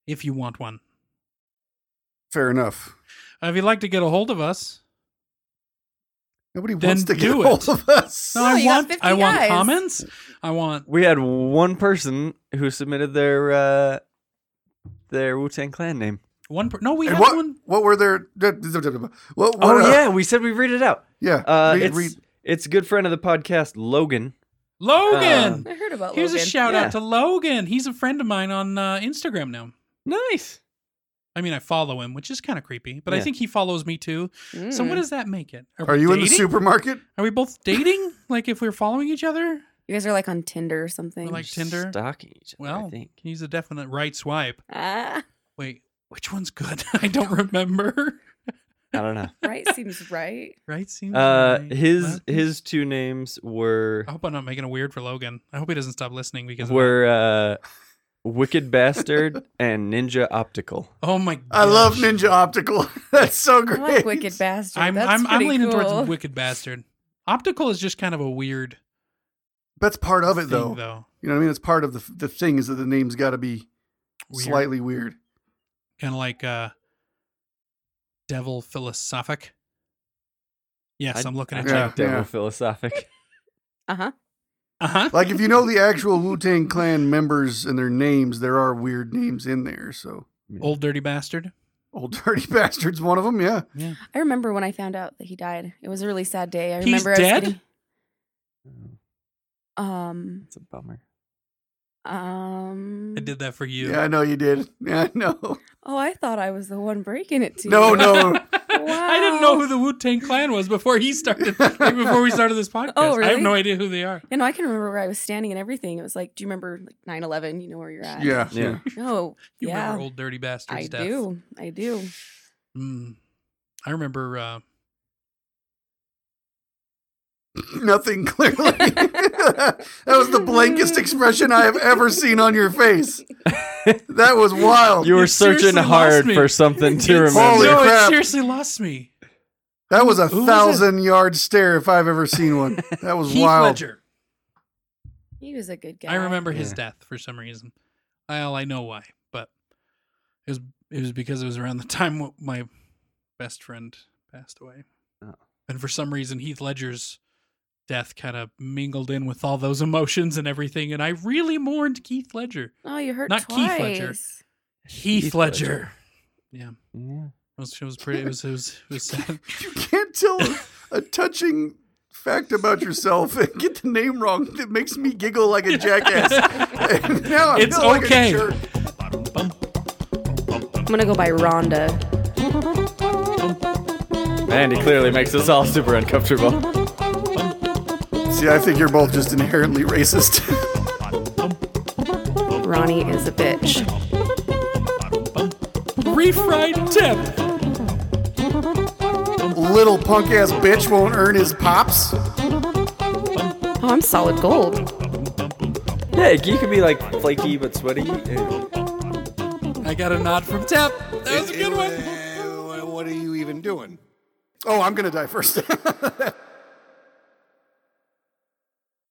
Speaker 3: if you want one.
Speaker 4: Fair enough.
Speaker 3: Uh, if you'd like to get a hold of us,
Speaker 4: Nobody
Speaker 3: Then
Speaker 4: wants to get
Speaker 3: do it.
Speaker 4: hold of us.
Speaker 3: no,
Speaker 5: No,
Speaker 3: I
Speaker 5: you got
Speaker 3: want
Speaker 5: 50
Speaker 3: I want
Speaker 5: guys.
Speaker 3: comments. I want
Speaker 2: We had one person who submitted their uh, their Wu Tang Clan name.
Speaker 3: one. Per- no, we
Speaker 4: And
Speaker 3: had
Speaker 4: what?
Speaker 3: one.
Speaker 4: What were their? What? what
Speaker 2: Oh
Speaker 4: uh,
Speaker 2: yeah, we said we read it out.
Speaker 4: yeah.
Speaker 2: Uh,
Speaker 4: read-
Speaker 2: it's
Speaker 4: read-
Speaker 2: it's a good friend of the podcast, Logan.
Speaker 3: Logan.
Speaker 5: I heard
Speaker 4: Uh,
Speaker 5: about
Speaker 3: Here's a
Speaker 5: Logan.
Speaker 3: shout
Speaker 2: Yeah.
Speaker 3: out to Logan. He's a friend of mine on uh, Instagram now.
Speaker 2: Nice.
Speaker 3: I mean, I follow him, which is kind of creepy, but I
Speaker 2: Yeah.
Speaker 3: think he follows me too. So
Speaker 5: Mm.
Speaker 3: what does that make it? we
Speaker 4: Are you in the
Speaker 3: dating?
Speaker 4: supermarket?
Speaker 3: Are we both dating? like if we're following each other?
Speaker 5: You guys are like on Tinder or something.
Speaker 3: We're like Tinder.
Speaker 2: Stalking each other,
Speaker 3: Well,
Speaker 2: I think.
Speaker 3: he's a definite right swipe.
Speaker 5: ah,
Speaker 3: Wait, which one's good? I don't remember.
Speaker 2: I don't know.
Speaker 5: right seems right.
Speaker 3: Right seems.
Speaker 2: Uh,
Speaker 3: right.
Speaker 2: his
Speaker 3: Left?
Speaker 2: his two names were
Speaker 3: I hope I'm not making it weird for Logan. I hope Oh, he doesn't stop listening because. of
Speaker 2: were uh, Wicked Bastard and Ninja Optical.
Speaker 3: that. Oh my! Gosh.
Speaker 4: I love Ninja Optical. That's so
Speaker 5: I
Speaker 4: great.
Speaker 5: like Wicked Bastard.
Speaker 3: I'm
Speaker 5: That's
Speaker 3: I'm, I'm
Speaker 5: pretty
Speaker 3: leaning
Speaker 5: cool.
Speaker 3: towards Wicked Bastard. Optical is just kind of a weird
Speaker 4: That's part of it,
Speaker 3: thing,
Speaker 4: though.
Speaker 3: though.
Speaker 4: You know what I mean? It's part of the the thing is that the name's got to be slightly weird.
Speaker 3: kind of like uh devil philosophic yes
Speaker 2: I-
Speaker 3: I, am looking
Speaker 2: I
Speaker 3: at
Speaker 4: Yeah.
Speaker 3: you
Speaker 2: typed Devil Philosophic.
Speaker 5: Uh-huh.
Speaker 3: uh-huh
Speaker 4: Like if you know the actual Wu Tang Clan members and their names, there are weird names in there. So
Speaker 3: old dirty bastard
Speaker 4: Old Dirty Bastard's one of them. Yeah,
Speaker 3: yeah
Speaker 5: I remember when I found out that he died. It was a really sad day. I
Speaker 3: He's
Speaker 5: remember I was
Speaker 3: dead?
Speaker 5: getting-
Speaker 2: Oh,
Speaker 5: um
Speaker 2: It's a bummer.
Speaker 5: um
Speaker 3: i did that for you
Speaker 4: yeah, I know you did. Yeah, I know.
Speaker 5: Oh, I thought I was the one breaking it to
Speaker 4: No,
Speaker 5: you.
Speaker 4: no.
Speaker 3: i didn't know who the wu-tang clan was before he started like, before we started this podcast
Speaker 5: Oh,
Speaker 3: i have
Speaker 5: really?
Speaker 3: no idea who they are
Speaker 5: You know, I can remember where I was standing and everything. It was like, do you remember like 9/11? You know where you're at.
Speaker 4: Yeah,
Speaker 2: Yeah.
Speaker 5: No.
Speaker 3: you
Speaker 5: yeah.
Speaker 3: remember old dirty bastard's
Speaker 5: I
Speaker 3: death
Speaker 5: do. I do.
Speaker 3: mm. i remember uh
Speaker 4: Nothing clearly. that was the blankest expression I have ever seen on your face. That was wild.
Speaker 2: You were
Speaker 3: It seriously
Speaker 2: searching
Speaker 3: lost
Speaker 2: hard
Speaker 3: me.
Speaker 2: for something to
Speaker 3: it's-
Speaker 2: remember.
Speaker 4: Holy
Speaker 3: no
Speaker 4: crap.
Speaker 3: it seriously lost me
Speaker 4: That was a
Speaker 3: Who was it?
Speaker 4: thousand yard stare if I've ever seen one. That was
Speaker 3: Heath
Speaker 4: wild.
Speaker 3: Ledger.
Speaker 5: He was a good guy.
Speaker 3: i remember his
Speaker 2: Yeah.
Speaker 3: death for some reason well i know why but it was it was because it was around the time wh- my best friend passed away
Speaker 2: Oh.
Speaker 3: and for some reason heath ledger's death kind of mingled in with all those emotions and everything. And I really mourned Keith Ledger.
Speaker 5: Oh, you hurt
Speaker 3: Not Keith
Speaker 5: twice.
Speaker 3: Ledger. Heath, Ledger. Yeah, it
Speaker 2: Yeah.
Speaker 3: was, it was pretty. It was it was, it was sad.
Speaker 4: You can't tell a touching fact about yourself and get the name wrong. That makes me giggle like a jackass. And now I
Speaker 3: It's
Speaker 4: feel like a
Speaker 3: okay.
Speaker 4: jerk.
Speaker 5: I'm gonna go by Rhonda.
Speaker 2: Andy clearly makes us all super uncomfortable.
Speaker 4: See, I think you're both just inherently racist.
Speaker 5: Ronnie is a bitch.
Speaker 3: Refried tip.
Speaker 4: Little punk ass bitch won't earn his pops.
Speaker 5: Oh, I'm solid gold.
Speaker 2: Yeah, you could be like flaky but sweaty.
Speaker 3: I got a nod from Tap. That was a good one.
Speaker 6: Uh, what are you even doing?
Speaker 4: Oh, I'm gonna die first.